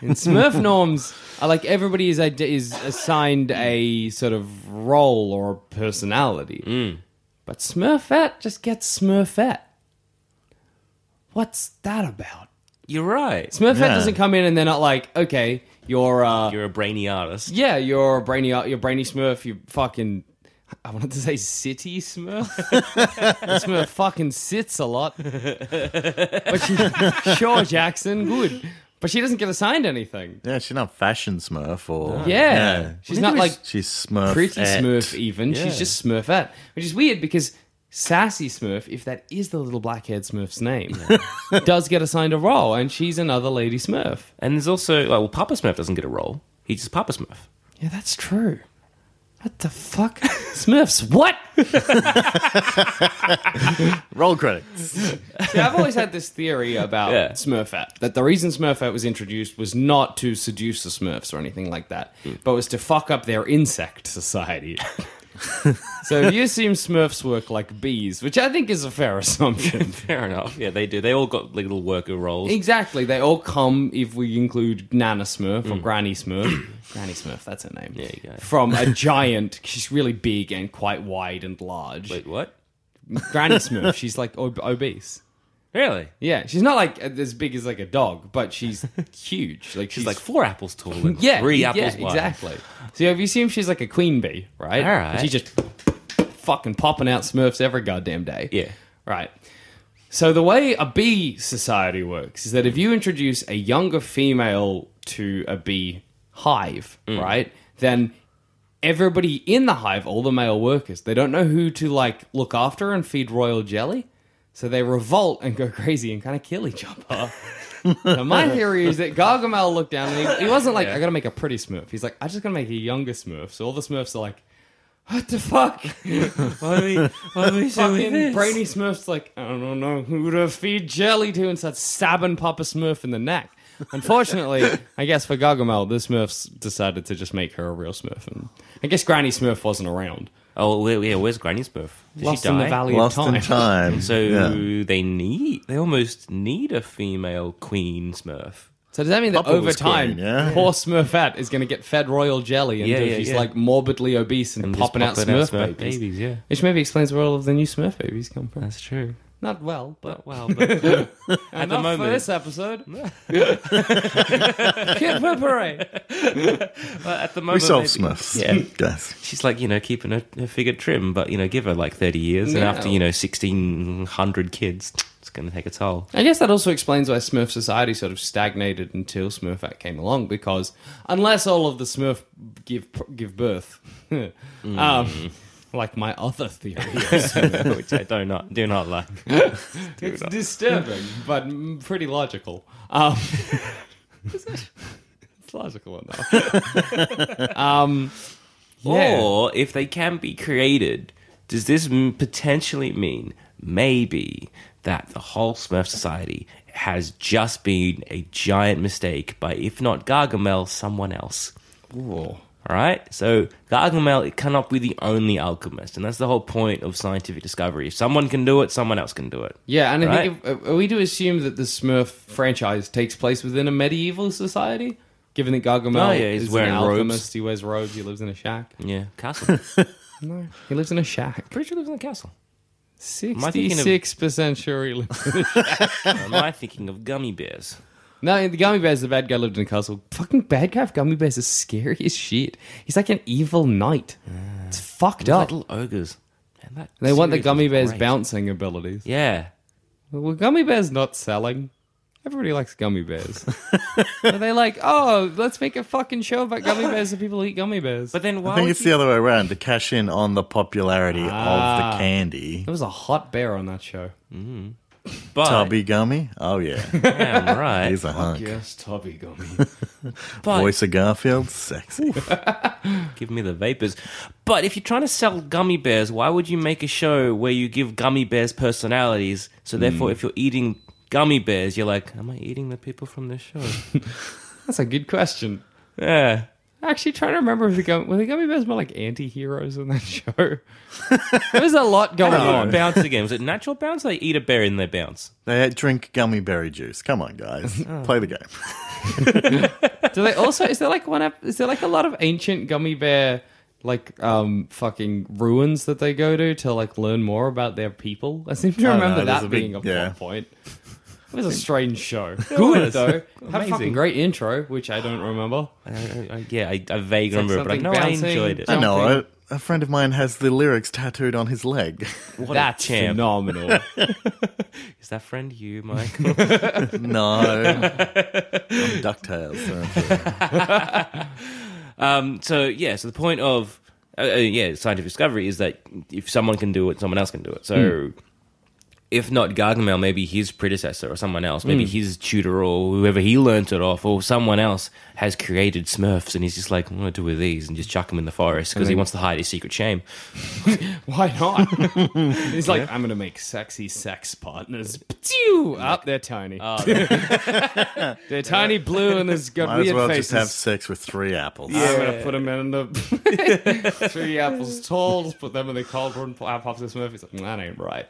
Speaker 1: and Smurf norms are like everybody is ide- is assigned a sort of role or personality. But Smurfette just gets Smurfette. What's that about?
Speaker 4: You're right.
Speaker 1: Smurfette
Speaker 3: Yeah.
Speaker 1: doesn't come in and they're not like, okay, you're uh,
Speaker 4: You're a brainy artist.
Speaker 1: yeah, your brainy, your brainy Smurf, you fucking. I wanted to say city Smurf. That Smurf fucking sits a lot. But she, sure, Jackson, good. But she doesn't get assigned anything.
Speaker 3: Yeah, she's not fashion Smurf or.
Speaker 1: Yeah. She's not like
Speaker 3: She's Smurf.
Speaker 1: pretty
Speaker 3: at-
Speaker 1: Smurf even.
Speaker 3: Yeah.
Speaker 1: She's just Smurfette, which is weird because sassy Smurf, if that is the little black-haired Smurf's name, does get assigned a role, and she's another lady Smurf.
Speaker 4: And there's also, like, well, Papa Smurf doesn't get a role. He's just Papa Smurf.
Speaker 1: Yeah, that's true. What the fuck, Smurfs? What?
Speaker 3: Roll credits.
Speaker 1: See, I've always had this theory about
Speaker 4: Yeah.
Speaker 1: Smurfette that the reason Smurfette was introduced was not to seduce the Smurfs or anything like that,
Speaker 4: Hmm.
Speaker 1: but was to fuck up their insect society. so if you assume Smurfs work like bees, which I think is a fair assumption.
Speaker 4: Fair enough. Yeah, they do. They all got like, little worker roles.
Speaker 1: exactly, they all come if we include Nana Smurf or Granny Smurf. Granny Smurf, that's her name. Yeah,
Speaker 4: Hmm. you go.
Speaker 1: From a giant, she's really big and quite wide and large.
Speaker 4: Wait, what?
Speaker 1: Granny Smurf, she's like ob- obese.
Speaker 4: Really?
Speaker 1: Yeah, she's not like as big as like a dog, but she's huge. Like
Speaker 4: She's like four apples tall and
Speaker 1: yeah,
Speaker 4: three
Speaker 1: yeah,
Speaker 4: apples wide.
Speaker 1: exactly. So if you assume she's like a queen bee, right?
Speaker 4: All right.
Speaker 1: She's just fucking popping out Smurfs every goddamn day.
Speaker 4: Yeah.
Speaker 1: Right. So the way a bee society works is that if you introduce a younger female to a bee hive, right, then everybody in the hive, all the male workers, they don't know who to like look after and feed royal jelly. So they revolt and go crazy and kind of kill each other. now, my theory is that Gargamel looked down and he, he wasn't like, I gotta make a pretty smurf. He's like, I just gotta make a younger smurf. So all the smurfs are like, what the fuck?
Speaker 4: Why are we, why are we doing
Speaker 1: Fucking
Speaker 4: this?
Speaker 1: Brainy Smurf's like, I don't know who to feed jelly to, and starts stabbing Papa Smurf in the neck. Unfortunately, I guess for Gargamel, the Smurfs decided to just make her a real Smurf, and I guess Granny Smurf wasn't around.
Speaker 4: Oh, where, yeah, where's Granny Smurf? Did
Speaker 1: Lost
Speaker 4: she die?
Speaker 1: in the Valley
Speaker 3: Lost
Speaker 1: of Time.
Speaker 3: in time.
Speaker 4: So
Speaker 3: yeah.
Speaker 4: they need, they almost need a female queen Smurf.
Speaker 1: So does that mean that
Speaker 3: Papa
Speaker 1: over
Speaker 3: was
Speaker 1: time,
Speaker 3: queen, yeah.
Speaker 1: poor Smurfette is going to get fed royal jelly
Speaker 4: Yeah,
Speaker 1: until
Speaker 4: yeah,
Speaker 1: she's
Speaker 4: yeah.
Speaker 1: like morbidly obese and,
Speaker 4: And just
Speaker 1: popping, out,
Speaker 4: popping out
Speaker 1: Smurf
Speaker 4: Smurf
Speaker 1: babies.
Speaker 4: babies, yeah.
Speaker 1: Which maybe explains where all of the new Smurf babies come from.
Speaker 4: That's true.
Speaker 1: Not well, but
Speaker 4: Wow, but
Speaker 1: at
Speaker 4: the moment-
Speaker 1: for this episode. Kid Pipperay.
Speaker 4: at the
Speaker 3: We
Speaker 4: moment,
Speaker 3: solve
Speaker 4: maybe-
Speaker 3: Smurfs.
Speaker 4: Yeah.
Speaker 3: Guys.
Speaker 4: She's like, you know, keeping her, her figure trim, but, you know, give her like 30 years, and
Speaker 1: Yeah.
Speaker 4: after, you know, 1,600 kids, it's going to take a toll.
Speaker 1: I guess that also explains why Smurf society sort of stagnated until Smurfette came along,
Speaker 4: Mm.
Speaker 1: because unless all of the Smurf give give birth, um, like my other theory, of Smurf, which I
Speaker 4: do not do not like. uh,
Speaker 1: it's disturbing, but mm, pretty logical. Um, it's logical enough. um, yeah.
Speaker 4: Or if they can be created, does this m- potentially mean maybe that the whole Smurf society has just been a giant mistake by, if not Gargamel, someone else? All right. So Gargamel cannot be the only alchemist, and that's the whole point of scientific discovery. If someone can do it, someone else can do it.
Speaker 1: Yeah, and I
Speaker 4: Right?
Speaker 1: think if, uh, are we to assume that the Smurf franchise takes place within a medieval society? Given that Gargamel
Speaker 4: Oh, yeah, he's
Speaker 1: is
Speaker 4: wearing
Speaker 1: an
Speaker 4: robes.
Speaker 1: alchemist, he wears robes, he lives in a shack.
Speaker 4: Yeah, castle.
Speaker 1: No, he lives in a shack.
Speaker 4: Pretty sure lives in a castle. I thinking of-
Speaker 1: Sixty-six percent sure he lives.
Speaker 4: Am I thinking of gummy bears?
Speaker 1: no, the gummy bears. The bad guy lived in a castle. Fucking bad guy. with Gummy bears is scary as shit. He's like an evil knight. It's
Speaker 4: Ah.
Speaker 1: fucked up.
Speaker 4: Little ogres. Man, that
Speaker 1: They want the
Speaker 4: series
Speaker 1: gummy
Speaker 4: was
Speaker 1: bears
Speaker 4: great.
Speaker 1: bouncing abilities.
Speaker 4: Yeah.
Speaker 1: Well, gummy bears not selling. Everybody likes gummy bears. Are they like, oh, let's make a fucking show about gummy bears and people who eat gummy bears?
Speaker 4: But then why?
Speaker 3: I think
Speaker 4: would
Speaker 3: it's
Speaker 4: you-
Speaker 3: the other way around to cash in on the popularity of the candy.
Speaker 1: there was a hot bear on that show.
Speaker 4: but,
Speaker 3: Tubby gummy? Oh, yeah.
Speaker 4: Damn right.
Speaker 3: He's a hunk.
Speaker 1: Yes, Tubby gummy.
Speaker 4: But
Speaker 3: Voice of Garfield? Sexy.
Speaker 4: give me the vapors. But if you're trying to sell gummy bears, why would you make a show where you give gummy bears personalities? So
Speaker 1: Hmm.
Speaker 4: therefore, if you're eating gummy bears, you're like, am I eating the people from this show?
Speaker 1: That's a good question.
Speaker 4: yeah.
Speaker 1: Actually, trying to remember if the gum- were the gummy bears more like anti-heroes on that show. there was a lot going on.
Speaker 4: Bounce again. Was it natural bounce? Or they eat a bear in their bounce.
Speaker 3: they had- drink gummy berry juice. Come on, guys. Play the game.
Speaker 1: Do they also? Is there like one? ep- Is there like a lot of ancient gummy bear like um fucking ruins that they go to to like learn more about their people? I seem to
Speaker 3: no,
Speaker 1: remember
Speaker 3: there's
Speaker 1: that
Speaker 3: a big-
Speaker 1: being a
Speaker 3: yeah.
Speaker 1: plot point. It was a strange show. Good though. Had a fucking
Speaker 4: Amazing.
Speaker 1: great intro, which I don't remember.
Speaker 4: I, I, I, uh, yeah, I, I vaguely remember,
Speaker 1: something
Speaker 4: it, but I know
Speaker 1: bouncing.
Speaker 4: I enjoyed it.
Speaker 3: I know.
Speaker 1: Something.
Speaker 3: A, a friend of mine has the lyrics tattooed on his leg.
Speaker 4: What
Speaker 1: That's
Speaker 4: a champ.
Speaker 1: phenomenal.
Speaker 4: Is that friend you, Michael?
Speaker 3: no. I'm DuckTales.
Speaker 4: Um, so yeah, so the point of uh, uh, yeah scientific discovery is that if someone can do it, someone else can do it. So if not Gargamel, maybe his predecessor or someone else, maybe his tutor or whoever he learnt it off, or someone else has created Smurfs, and he's just like, "What do I do with these?" and just chuck them in the forest because he wants to hide his secret shame.
Speaker 1: Why not? He's like, I'm gonna make sexy sex partners. Pew! Up, they're tiny. they're tiny blue and there's got
Speaker 3: Oh, Might
Speaker 1: weird
Speaker 3: as well
Speaker 1: faces.
Speaker 3: just have sex with three apples.
Speaker 1: I'm gonna put them in the three apples tall. Just put them in the cauldron. Pop pops this Murphy's like, that ain't right.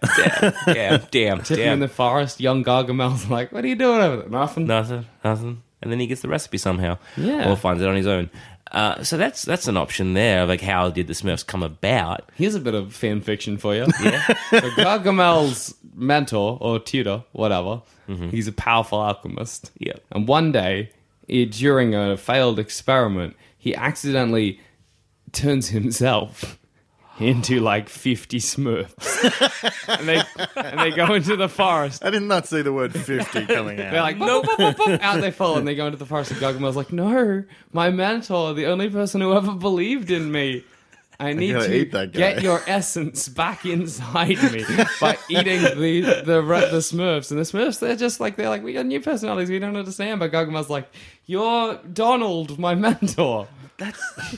Speaker 4: damn, damn,
Speaker 1: Tip him in
Speaker 4: damn,
Speaker 1: the forest. Young Gargamel's like, what are you doing over there? Nothing.
Speaker 4: nothing, nothing, and then he gets the recipe somehow,
Speaker 1: Yeah.
Speaker 4: or finds it on his own. Uh, so that's that's an option there. Like, how did the Smurfs come about?
Speaker 1: Here's a bit of fan fiction for you. Yeah. so Gargamel's mentor or tutor, whatever, he's a powerful alchemist.
Speaker 4: Yeah.
Speaker 1: And one day, eh, during a failed experiment, he accidentally turns himself into like 50 Smurfs. and, they, and they go into the forest.
Speaker 3: I did not see the word 50 coming out.
Speaker 1: They're like, no, boop, boop, boop, out they fall, and they go into the forest. And Gargamel's like, no, my mentor, the only person who ever believed in me. I need
Speaker 3: gotta
Speaker 1: to
Speaker 3: eat that guy."
Speaker 1: get your essence back inside me by eating the the re- the Smurfs. And the Smurfs, they're just like they're like we got new personalities we don't understand. But Gargamel's like, you're Donald, my mentor.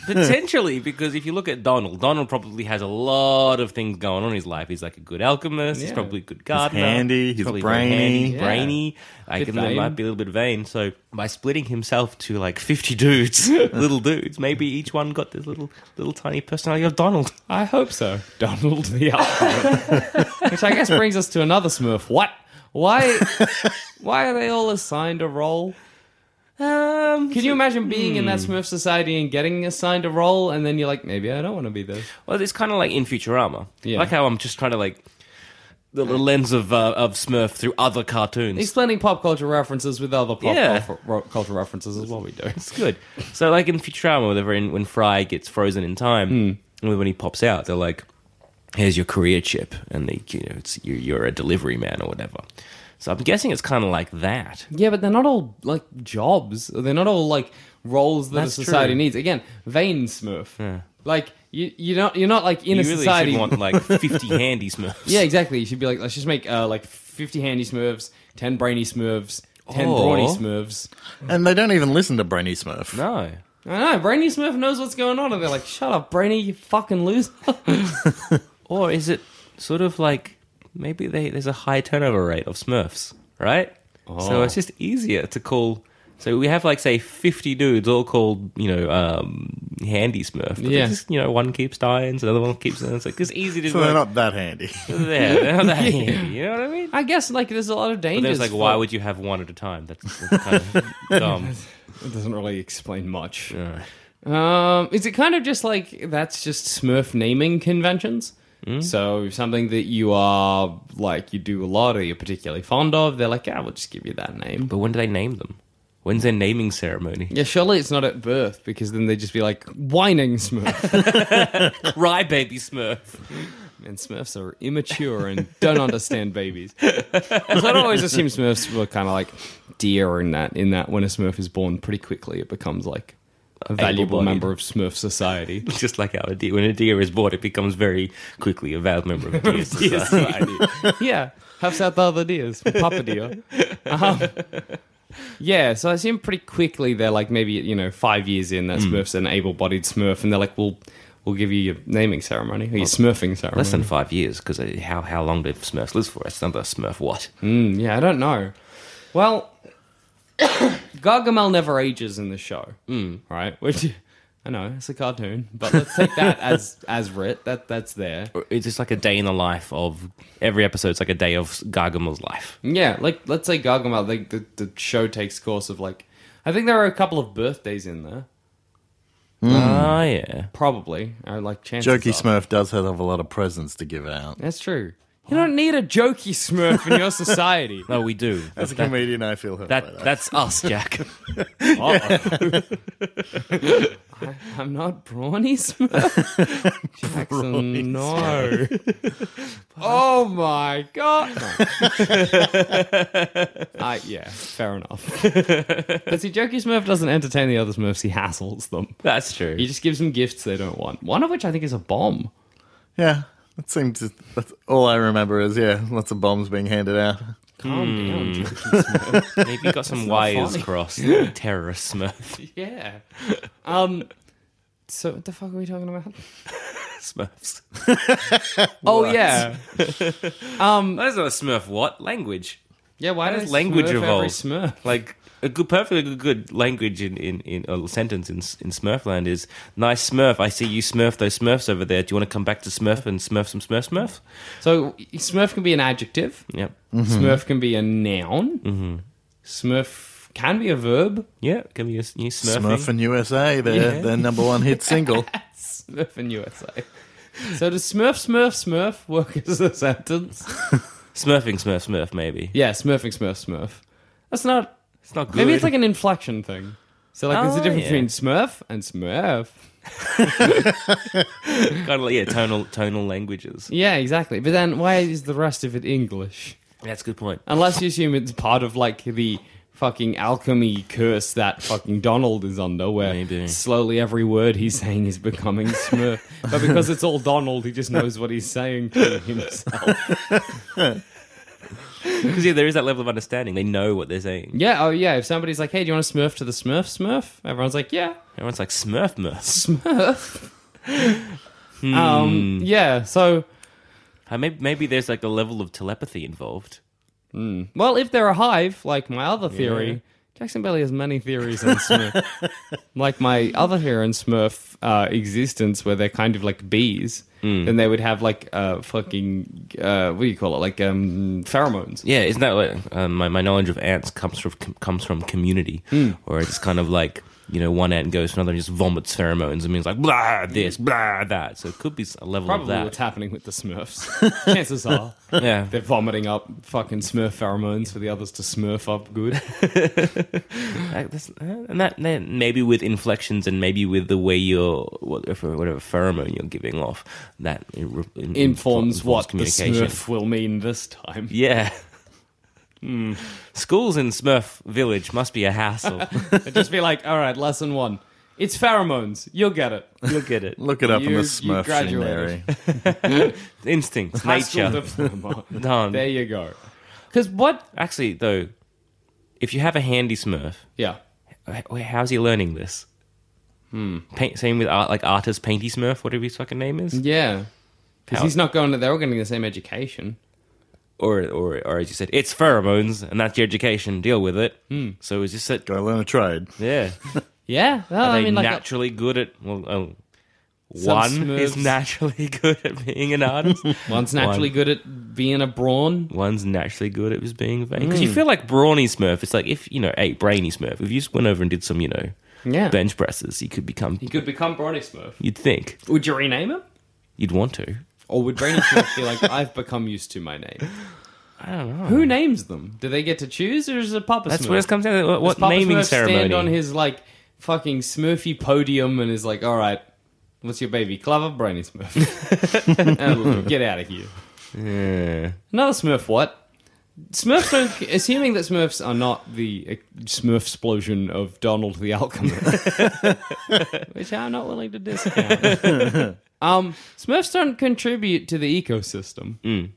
Speaker 4: Potentially, because if you look at Donald, Donald probably has a lot of things going on in his life. He's like a good alchemist. He's
Speaker 1: Yeah.
Speaker 4: probably a good gardener.
Speaker 3: handy, he's
Speaker 4: probably very
Speaker 3: brainy.
Speaker 4: handy,
Speaker 1: Yeah.
Speaker 4: brainy. I
Speaker 1: Bit
Speaker 4: can there
Speaker 1: vain.
Speaker 4: might be a little bit vain. So by splitting himself to like fifty dudes, little dudes, maybe each one got this little little tiny personality of Donald.
Speaker 1: I hope so, Donald the alchemist. Which I guess brings us to another Smurf. What? Why? Why are they all assigned a role?
Speaker 4: Um,
Speaker 1: Can you imagine being in that Smurf society and getting assigned a role, and then you're like, maybe I don't want to be this.
Speaker 4: well, it's kind of like in Futurama.
Speaker 1: Yeah.
Speaker 4: Like how I'm just trying to like the, the lens of uh, of Smurf through other cartoons.
Speaker 1: Explaining pop culture references with other pop
Speaker 4: Yeah.
Speaker 1: culture, ro- culture references is what we do.
Speaker 4: It's good. So, like in Futurama, whatever, in, when Fry gets frozen in time,
Speaker 1: Hmm.
Speaker 4: and when he pops out, they're like, "Here's your career chip," and they, you know, it's you're, you're a delivery man or whatever. So I'm guessing it's kind of like that.
Speaker 1: Yeah, but they're not all like jobs. They're not all like roles that
Speaker 4: That's
Speaker 1: a society
Speaker 4: true.
Speaker 1: needs. Again, vain Smurf. Like You you don't you're not like in
Speaker 4: you
Speaker 1: a
Speaker 4: really
Speaker 1: society.
Speaker 4: should want like 50 handy Smurfs.
Speaker 1: yeah, exactly. You should be like let's just make uh, like fifty handy Smurfs, ten brainy Smurfs, ten
Speaker 4: Or-
Speaker 1: brawny Smurfs.
Speaker 3: And they don't even listen to Brainy Smurf.
Speaker 4: No.
Speaker 1: I know Brainy Smurf knows what's going on, and they're like, "Shut up, Brainy, you fucking loser."
Speaker 4: Or is it sort of like maybe they, there's a high turnover rate of Smurfs, right? So
Speaker 1: Oh.
Speaker 4: it's just easier to call. So we have like say 50 dudes all called you know um, handy Smurf. But
Speaker 1: Yeah.
Speaker 4: yeah. Just, you know one keeps Dines, another one keeps. It's like it's easy to.
Speaker 3: So they're not that handy.
Speaker 4: there. They're not that handy. You know what I mean?
Speaker 1: I guess like there's a lot of
Speaker 4: But
Speaker 1: dangers.
Speaker 4: then it's like, why would you have one at a time? That's, that's kind of dumb.
Speaker 1: It doesn't really explain much. Um, is it kind of just like that's just Smurf naming conventions? So something that you are like you do a lot or you're particularly fond of, they're like, yeah, we'll just give you that name.
Speaker 4: But when do they name them? When's their naming ceremony?
Speaker 1: Yeah, surely it's not at birth because then they'd just be like whining Smurf,
Speaker 4: Cry baby Smurf.
Speaker 1: and Smurfs are immature and don't understand babies. So I'd always assume Smurfs were kind of like deer in that in that when a Smurf is born, pretty quickly it becomes like a valuable
Speaker 4: Able-bodied.
Speaker 1: member of Smurf society.
Speaker 4: Just like how a deer, when a deer is born, it becomes very quickly a valid member of deer society.
Speaker 1: yeah, have out the other deers, Papa deer. Um, yeah, so I assume pretty quickly they're like maybe you know five years in that Smurf's an able-bodied Smurf, and they're like, we'll we'll give you your naming ceremony or your Smurfing ceremony.
Speaker 4: Less than five years, because how, how long did Smurfs live for? It's another Smurf what?
Speaker 1: Mm, yeah, I don't know. Well, Gargamel never ages in the show, mm. right? Which I know it's a cartoon, but let's take that as as writ. That that's there.
Speaker 4: It's just like a day in the life of every episode's like a day of Gargamel's life.
Speaker 1: Yeah, like let's say Gargamel, like the, the show takes course of like, I think there are a couple of birthdays in there,
Speaker 4: Ah, yeah.
Speaker 1: probably. I like chances.
Speaker 3: Jokey
Speaker 1: are.
Speaker 3: Smurf does have a lot of presents to give out.
Speaker 1: That's true. You don't need a jokey Smurf in your society.
Speaker 4: No, Oh, we do.
Speaker 3: As a comedian, I feel hurt by
Speaker 4: That,
Speaker 3: that.
Speaker 4: that's us, Jack. Oh.
Speaker 1: I'm not brawny Smurf. Jackson, no. oh my god. uh, yeah, fair enough. but see, jokey Smurf doesn't entertain the other Smurfs; he hassles them.
Speaker 4: That's true.
Speaker 1: He just gives them gifts they don't want. One of which I think is a bomb.
Speaker 3: yeah, that seemed to, that's all I remember is, yeah, lots of bombs being handed out.
Speaker 1: Calm
Speaker 4: Hmm.
Speaker 1: down, Jokey
Speaker 4: Maybe you got some wires
Speaker 1: funny.
Speaker 4: crossed. Terrorist Smurf.
Speaker 1: Yeah. Um. So what the fuck are we talking about?
Speaker 4: Smurfs.
Speaker 1: Oh yeah,
Speaker 4: That is not a Smurf what? Language.
Speaker 1: yeah. Why
Speaker 4: How does
Speaker 1: does
Speaker 4: language
Speaker 1: Smurf every
Speaker 4: evolve?
Speaker 1: Smurf?
Speaker 4: Like a good, perfectly good language in in, in a sentence in in Smurfland is nice Smurf. I see you Smurf those Smurfs over there. Do you want to come back to Smurf and Smurf some Smurf Smurf?
Speaker 1: So Smurf can be an adjective.
Speaker 4: Yep.
Speaker 1: Smurf can be a noun. Mm-hmm. Smurf can be a verb.
Speaker 4: Yeah. Can we use you Smurf?
Speaker 3: Smurf and USA, their, their number one hit single.
Speaker 1: Smurf in USA. So does Smurf, Smurf, Smurf work as a sentence?
Speaker 4: Smurfing Smurf Smurf maybe.
Speaker 1: Yeah, Smurfing, Smurf, Smurf. That's not.
Speaker 4: It's not good.
Speaker 1: Maybe it's like an inflection thing. So like, there's a
Speaker 4: Oh,
Speaker 1: difference
Speaker 4: yeah.
Speaker 1: between Smurf and Smurf.
Speaker 4: kind of like yeah tonal tonal languages.
Speaker 1: Yeah, exactly. But then why is the rest of it English?
Speaker 4: That's a good point.
Speaker 1: Unless you assume it's part of like the fucking alchemy curse that fucking Donald is under, where
Speaker 4: Maybe.
Speaker 1: slowly every word he's saying is becoming Smurf. but because it's all Donald, he just knows what he's saying to himself.
Speaker 4: Because yeah, there is that level of understanding. They know what they're saying.
Speaker 1: yeah, oh yeah. If somebody's like, hey, do you want to Smurf to the Smurf Smurf? Everyone's like, yeah.
Speaker 4: Everyone's like Smurf Smurf.
Speaker 1: Smurf. Um, yeah, so,
Speaker 4: Uh, Maybe, maybe there's like a level of telepathy involved.
Speaker 1: well, if they're a hive, like my other theory, Jackson Bailey has many theories on Smurf. like my other theory on Smurf uh, existence, where they're kind of like bees,
Speaker 4: Hmm.
Speaker 1: then they would have like uh, fucking, uh, what do you call it? Like um, pheromones.
Speaker 4: Yeah, isn't that like um, my my knowledge of ants comes from comes from community, or it's kind of like you know one ant goes to another and just vomits pheromones and means like blah this blah that. So it could be a level
Speaker 1: Probably
Speaker 4: of
Speaker 1: what's
Speaker 4: that.
Speaker 1: happening with the Smurfs. Chances are
Speaker 4: Yeah,
Speaker 1: they're vomiting up fucking Smurf pheromones for the others to Smurf up good.
Speaker 4: Like this- uh, and that then maybe with inflections and maybe with the way you're whatever, whatever pheromone you're giving off that it re- in-
Speaker 1: Informs what the Smurf will mean this time.
Speaker 4: Yeah. Hmm. Schools in Smurf Village must be a hassle.
Speaker 1: It'd just be like, all right, lesson one. It's pheromones. You'll get it.
Speaker 4: You'll get it.
Speaker 3: Look it up on
Speaker 1: You-
Speaker 3: the
Speaker 1: you
Speaker 3: Smurf
Speaker 1: graduated.
Speaker 3: dictionary.
Speaker 4: Instincts,
Speaker 1: High school
Speaker 4: nature.
Speaker 1: diploma.
Speaker 4: Done.
Speaker 1: there you go. Because what?
Speaker 4: Actually, though, if you have a handy Smurf,
Speaker 1: Yeah.
Speaker 4: h- how's he learning this? Hmm. Paint, same with art, like artist Painty Smurf, whatever his fucking name is,
Speaker 1: Yeah. Because
Speaker 4: How-
Speaker 1: he's not going to, they're all getting the same education.
Speaker 4: or or or as you said, it's pheromones, and that's your education. Deal with it. So is this that?
Speaker 3: Gotta learn a trade.
Speaker 4: Yeah.
Speaker 1: Yeah. Well,
Speaker 4: Are they
Speaker 1: I mean, like,
Speaker 4: naturally good at? Well, oh,
Speaker 1: Some
Speaker 4: one is
Speaker 1: Smurfs-
Speaker 4: naturally good at being an artist.
Speaker 1: one's naturally good at being a brawn.
Speaker 4: One's naturally good at just being vain. Because
Speaker 1: Mm.
Speaker 4: you feel like brawny Smurf. It's like if you know, hey, brainy Smurf. If you just went over and did some, you know,
Speaker 1: Yeah.
Speaker 4: bench presses, you could become.
Speaker 1: He could become Brawny Smurf.
Speaker 4: You'd think
Speaker 1: Would you rename him?
Speaker 4: you'd want to.
Speaker 1: Or would Brainy Smurf be like, I've become used to my name?
Speaker 4: I don't know.
Speaker 1: Who names them? Do they get to choose, or is it Papa Smurf?
Speaker 4: That's where it comes down. to. What,
Speaker 1: Does
Speaker 4: what
Speaker 1: Papa
Speaker 4: naming
Speaker 1: Smurf
Speaker 4: ceremony?
Speaker 1: Stand on his like fucking Smurfy podium and is like, "All right, what's your baby? Clover, Brainy Smurf, And get out of here."
Speaker 4: Yeah.
Speaker 1: Another Smurf. What? Smurfs don't. assuming that Smurfs are not the uh, Smurf explosion of Donald the Alchemist, which I'm not willing to discount. um, Smurfs don't contribute to the ecosystem.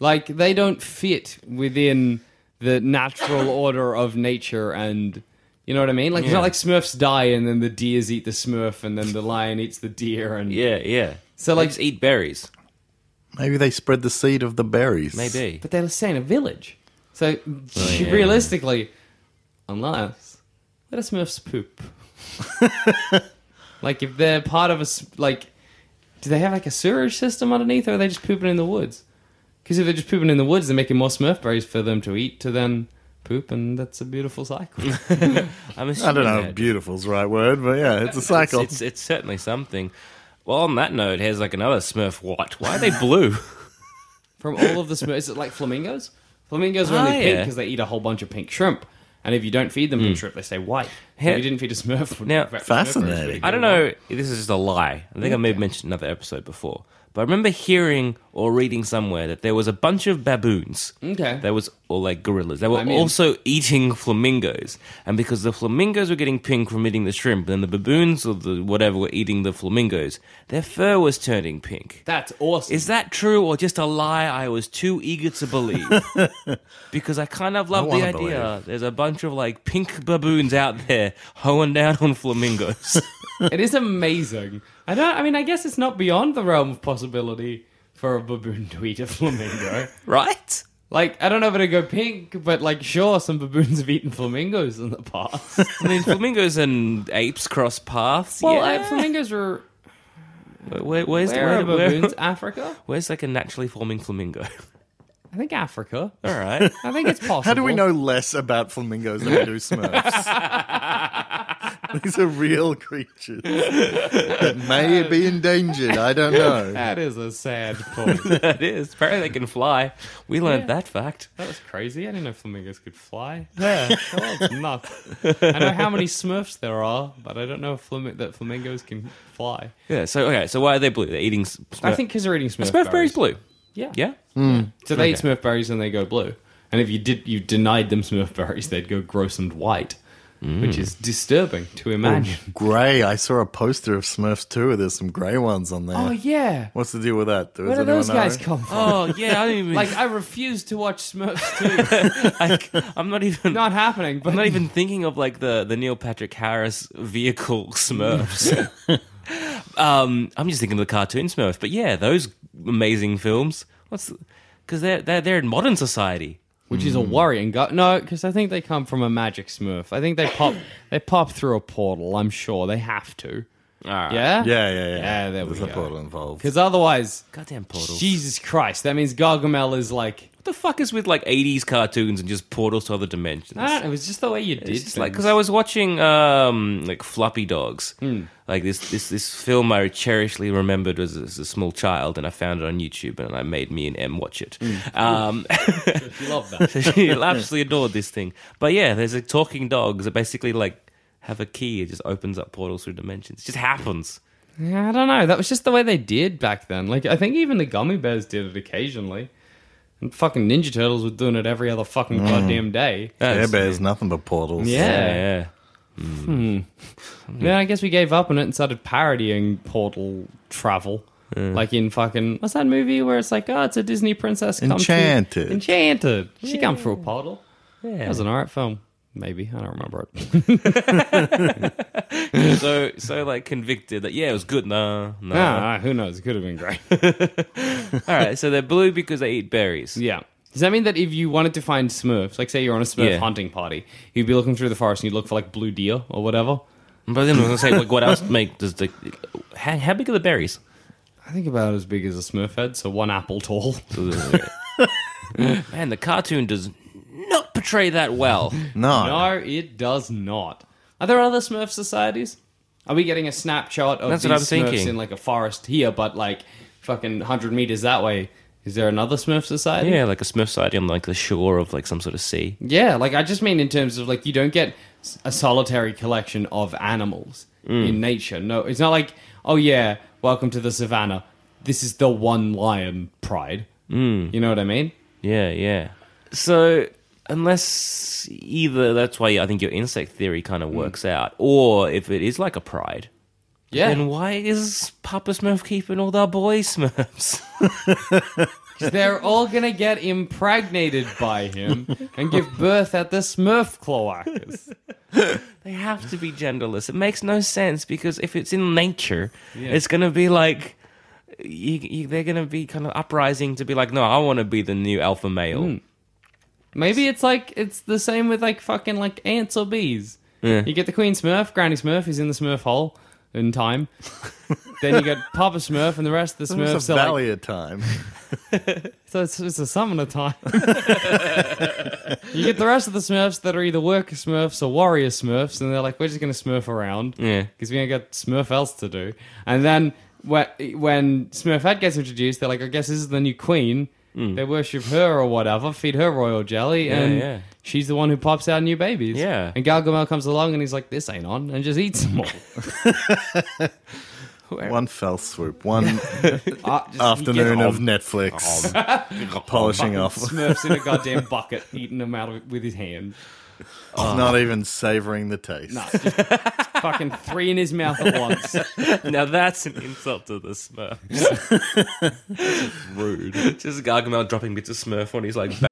Speaker 1: Like they don't fit within the natural order of nature, and you know what I mean. Like it's not like Smurfs die, and then the deers eat the Smurf, and then the lion eats the deer, and
Speaker 4: yeah, yeah.
Speaker 1: so like.
Speaker 4: Just eat berries,
Speaker 3: Maybe they spread the seed of the berries.
Speaker 4: maybe.
Speaker 1: But they're staying in a village. So
Speaker 4: Oh, yeah.
Speaker 1: realistically, unless let us Smurfs poop. like if they're part of a s- like, do they have like a sewerage system underneath, or are they just pooping in the woods? Because if they're just pooping in the woods, they're making more Smurf berries for them to eat to then poop, and that's a beautiful cycle.
Speaker 4: I'm
Speaker 3: I don't know
Speaker 4: assuming
Speaker 3: if
Speaker 4: that.
Speaker 3: beautiful's the right word, but yeah, it's a cycle.
Speaker 4: It's, it's it's certainly something. Well, on that note, here's like another Smurf. What? Why are they blue?
Speaker 1: From all of the Smurfs, is it like flamingos? Flamingos are only
Speaker 4: Ah,
Speaker 1: pink 'cause pink
Speaker 4: yeah. Hmm.
Speaker 1: because they eat a whole bunch of pink shrimp. And if you don't feed them pink shrimp, they stay white. So
Speaker 4: Yeah.
Speaker 1: If you didn't feed a Smurf, would
Speaker 4: Now-
Speaker 3: Fascinating.
Speaker 4: I don't know. This is just a lie. I think I may have mentioned another episode before, but I remember hearing or reading somewhere that there was a bunch of baboons.
Speaker 1: Okay.
Speaker 4: That was or like gorillas. They were
Speaker 1: I'm in.
Speaker 4: also eating flamingos, and because the flamingos were getting pink from eating the shrimp, then the baboons or the whatever were eating the flamingos, their fur was turning pink.
Speaker 1: That's awesome.
Speaker 4: Is that true or just a lie I was too eager to believe? because I kind of love the
Speaker 3: wanna
Speaker 4: idea.
Speaker 3: believe.
Speaker 4: There's a bunch of like pink baboons out there hoeing down on flamingos.
Speaker 1: It is amazing. I don't. I mean, I guess it's not beyond the realm of possibility for a baboon to eat a flamingo.
Speaker 4: right?
Speaker 1: like, I don't know if it'd go pink, but like, sure, some baboons have eaten flamingos in the past.
Speaker 4: I mean, flamingos and apes cross paths.
Speaker 1: Well,
Speaker 4: yeah.
Speaker 1: uh, flamingos are
Speaker 4: Where- where's
Speaker 1: where are
Speaker 4: where- where-
Speaker 1: baboons? Africa?
Speaker 4: where's like a naturally forming flamingo?
Speaker 1: I think Africa.
Speaker 4: All right,
Speaker 1: I think it's possible.
Speaker 3: How do we know less about flamingos than we do Smurfs? These are real creatures that may be endangered. I don't know.
Speaker 1: That is a sad point.
Speaker 4: that is. Apparently, they can fly. We learned that fact.
Speaker 1: That was crazy. I didn't know flamingos could fly. Yeah, that was nuts. I know how many Smurfs there are, but I don't know if flam- that flamingos can fly.
Speaker 4: Yeah. So okay. So why are they blue? They're eating. s- Smurf.
Speaker 1: I think because they're eating Smurf,
Speaker 4: Smurf berries blue.
Speaker 1: Yeah.
Speaker 4: Yeah.
Speaker 1: So they eat Smurf berries and they go blue. And if you did, you denied them Smurf berries, they'd go gross and white,
Speaker 4: Mm.
Speaker 1: which is disturbing to imagine.
Speaker 3: Grey. I saw a poster of Smurfs 2. There's some grey ones on there.
Speaker 1: Oh yeah,
Speaker 3: What's the deal with that? Does
Speaker 1: where do
Speaker 3: anyone
Speaker 1: those guys
Speaker 3: know?
Speaker 1: come from?
Speaker 4: Oh yeah. I don't even.
Speaker 1: Like
Speaker 4: like,
Speaker 1: I refuse to watch Smurfs too.
Speaker 4: I'm not even.
Speaker 1: Not happening. But
Speaker 4: I'm not even thinking of like the the Neil Patrick Harris vehicle Smurfs. um, I'm just thinking of the cartoon Smurf. But yeah, those amazing films. What's because they're, they're they're in modern society.
Speaker 1: which
Speaker 4: Mm.
Speaker 1: is a worrying. Go- no, because I think they come from a magic Smurf. I think they pop. they pop through a portal. I'm sure they have to.
Speaker 4: Uh,
Speaker 1: Yeah.
Speaker 3: Yeah, yeah, yeah.
Speaker 1: Yeah, there we
Speaker 3: There's a
Speaker 1: go.
Speaker 3: portal involved.
Speaker 1: Because otherwise,
Speaker 4: Goddamn portals.
Speaker 1: Jesus Christ, that means Gargamel is like.
Speaker 4: What the fuck is with like 80s cartoons and just portals to other dimensions?
Speaker 1: I don't. know, It was just the way you did.
Speaker 4: It's just like
Speaker 1: things.
Speaker 4: because I was watching um, like Floppy Dogs, like this this this film I cherishly remembered as, as a small child, and I found it on YouTube, and I made me and Em watch it. Um,
Speaker 1: love that.
Speaker 4: so she absolutely adored this thing. But yeah, there's like talking dogs that basically like have a key. It just opens up portals through dimensions. It just happens.
Speaker 1: Yeah, I don't know. That was just the way they did back then. Like, I think even the Gummy Bears did it occasionally. And fucking Ninja Turtles were doing it every other fucking goddamn day.
Speaker 3: Care Bear's nothing but portals.
Speaker 1: Mm. Yeah.
Speaker 4: Yeah, yeah.
Speaker 1: Yeah, I guess we gave up on it and started parodying portal travel. Like in fucking what's that movie where it's like, oh, it's a Disney princess come
Speaker 3: Enchanted.
Speaker 1: Through, Enchanted. She come through a portal. Yeah. It was an alright film. Maybe. I don't remember it.
Speaker 4: So so like convicted that yeah, it was good. Nah, nah.
Speaker 1: Ah, who knows? It could have been great.
Speaker 4: All right, so they're blue because they eat berries.
Speaker 1: yeah. Does that mean that if you wanted to find Smurfs, like say you're on a Smurf
Speaker 4: Yeah.
Speaker 1: hunting party, you'd be looking through the forest and you'd look for like blue deer or whatever?
Speaker 4: But then I was gonna say, like, what else make does the how, how big are the berries?
Speaker 1: I think about as big as a Smurf head, so one apple tall.
Speaker 4: Man, the cartoon does not portray that well.
Speaker 3: No.
Speaker 1: No, it does not. Are there other Smurf societies? Are we getting a snapshot of
Speaker 4: That's
Speaker 1: these
Speaker 4: what I'm
Speaker 1: Smurfs
Speaker 4: thinking.
Speaker 1: in like a forest here, but like fucking hundred meters that way? Is there another Smurf society?
Speaker 4: Yeah, like a Smurf side on like the shore of like some sort of sea.
Speaker 1: Yeah, like I just mean in terms of like you don't get s- a solitary collection of animals
Speaker 3: Mm.
Speaker 1: in nature. No, it's not like oh yeah, welcome to the savannah. This is the one lion pride.
Speaker 3: Mm.
Speaker 1: You know what I mean?
Speaker 4: Yeah, yeah. So unless either that's why I think your insect theory kind of works out, or if it is like a pride,
Speaker 1: Yeah,
Speaker 4: then why is Papa Smurf keeping all the boy Smurfs?
Speaker 1: They're all gonna get impregnated by him and give birth at the Smurf cloacas.
Speaker 4: They have to be genderless. It makes no sense because if it's in nature, it's going to be like you, you, they're going to be kind of uprising to be like, no, I want to be the new alpha male.
Speaker 1: Maybe it's like it's the same with like fucking like ants or bees. You get the Queen Smurf, Granny Smurf is in the Smurf hole in time. then you got Papa Smurf and the rest of the
Speaker 3: It was
Speaker 1: Smurfs
Speaker 3: a
Speaker 1: are like,
Speaker 3: valley of time.
Speaker 1: so it's, it's a summoner time. you get the rest of the Smurfs that are either worker Smurfs or warrior Smurfs, and they're like, we're just going to Smurf around.
Speaker 4: Yeah.
Speaker 1: Because we ain't got Smurf else to do. And then when, when Smurfette gets introduced, they're like, I guess this is the new queen. They worship her or whatever, feed her royal jelly, and
Speaker 4: Hmm. yeah.
Speaker 1: she's the one who pops out new babies.
Speaker 4: Yeah.
Speaker 1: And Gargamel comes along and he's like, this ain't on, and just eats them all.
Speaker 3: One fell swoop. One
Speaker 1: Ah, just-
Speaker 3: afternoon
Speaker 1: you
Speaker 3: of Netflix. polishing
Speaker 1: get
Speaker 3: off.
Speaker 1: Smurfs in a goddamn bucket, eating them out of, with his hand.
Speaker 3: Not even savoring the taste.
Speaker 1: fucking three in his mouth at once.
Speaker 4: Now that's an insult to the Smurfs. Rude. Just Gargamel dropping bits of Smurf on his like back.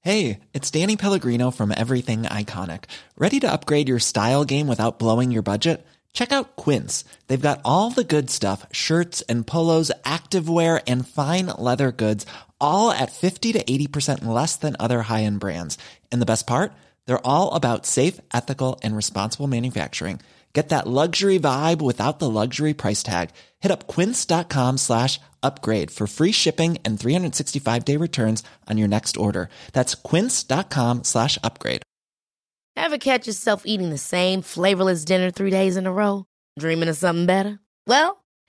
Speaker 5: Hey, it's Danny Pellegrino from Everything Iconic. Ready to upgrade your style game without blowing your budget? Check out Quince. They've got all the good stuff shirts and polos, activewear, and fine leather goods, all at 50 to 80% less than other high end brands. And the best part? They're all about safe, ethical, and responsible manufacturing. Get that luxury vibe without the luxury price tag. Hit up quince.com slash upgrade for free shipping and 365 day returns on your next order. That's quince.com slash upgrade.
Speaker 6: Ever catch yourself eating the same flavorless dinner three days in a row? Dreaming of something better? Well,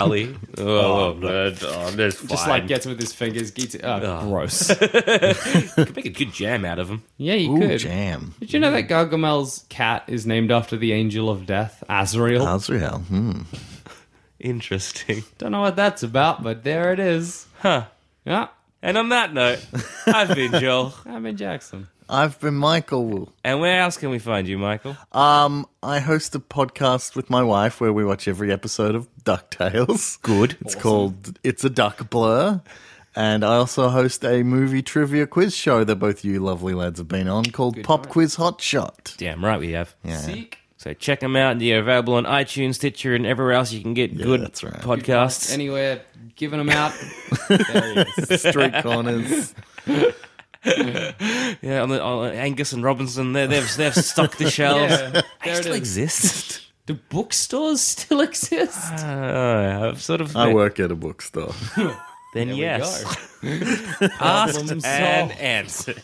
Speaker 4: Ollie. Oh, oh, oh, that's fine.
Speaker 1: Just like gets with his fingers. Gets, oh, Gross.
Speaker 4: Could make a good jam out of him.
Speaker 1: Yeah, you
Speaker 3: Ooh,
Speaker 1: could.
Speaker 3: jam.
Speaker 1: Did you know that Gargamel's cat is named after the angel of death, Azrael?
Speaker 3: Azrael. Hmm.
Speaker 4: Interesting.
Speaker 1: Don't know what that's about, but there it is.
Speaker 4: Huh.
Speaker 1: Yeah,
Speaker 4: And on that note, I've been Joel.
Speaker 1: I'm in Jackson.
Speaker 3: I've been Michael Wool.
Speaker 4: And where else can we find you, Michael?
Speaker 3: Um, I host a podcast with my wife where we watch every episode of DuckTales. Good. It's called It's a Duck Blur. And I also host a movie trivia quiz show that both you lovely lads have been on called Pop Quiz Hot Shot.
Speaker 4: Damn right we have.
Speaker 1: Seek
Speaker 4: So check them out. They're available on iTunes, Stitcher, and everywhere else you can get good
Speaker 3: that's right.
Speaker 4: podcasts.
Speaker 1: anywhere, giving them out.
Speaker 3: Street corners.
Speaker 4: yeah, on the, on Angus and Robinson, they're, they've they've stocked the shelves.
Speaker 1: Yeah, there
Speaker 4: they
Speaker 1: it
Speaker 4: still
Speaker 1: is.
Speaker 4: exist.
Speaker 1: Do bookstores still exist?
Speaker 4: Uh, I've sort of.
Speaker 3: I work at a bookstore.
Speaker 4: Then
Speaker 1: There we
Speaker 4: yes,
Speaker 1: go.
Speaker 4: asked
Speaker 1: Problem solved.
Speaker 4: and answered.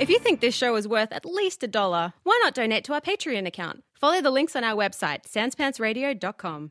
Speaker 7: If you think this show is worth at least a dollar, why not donate to our Patreon account? Follow the links on our website, sanspantsradio.com.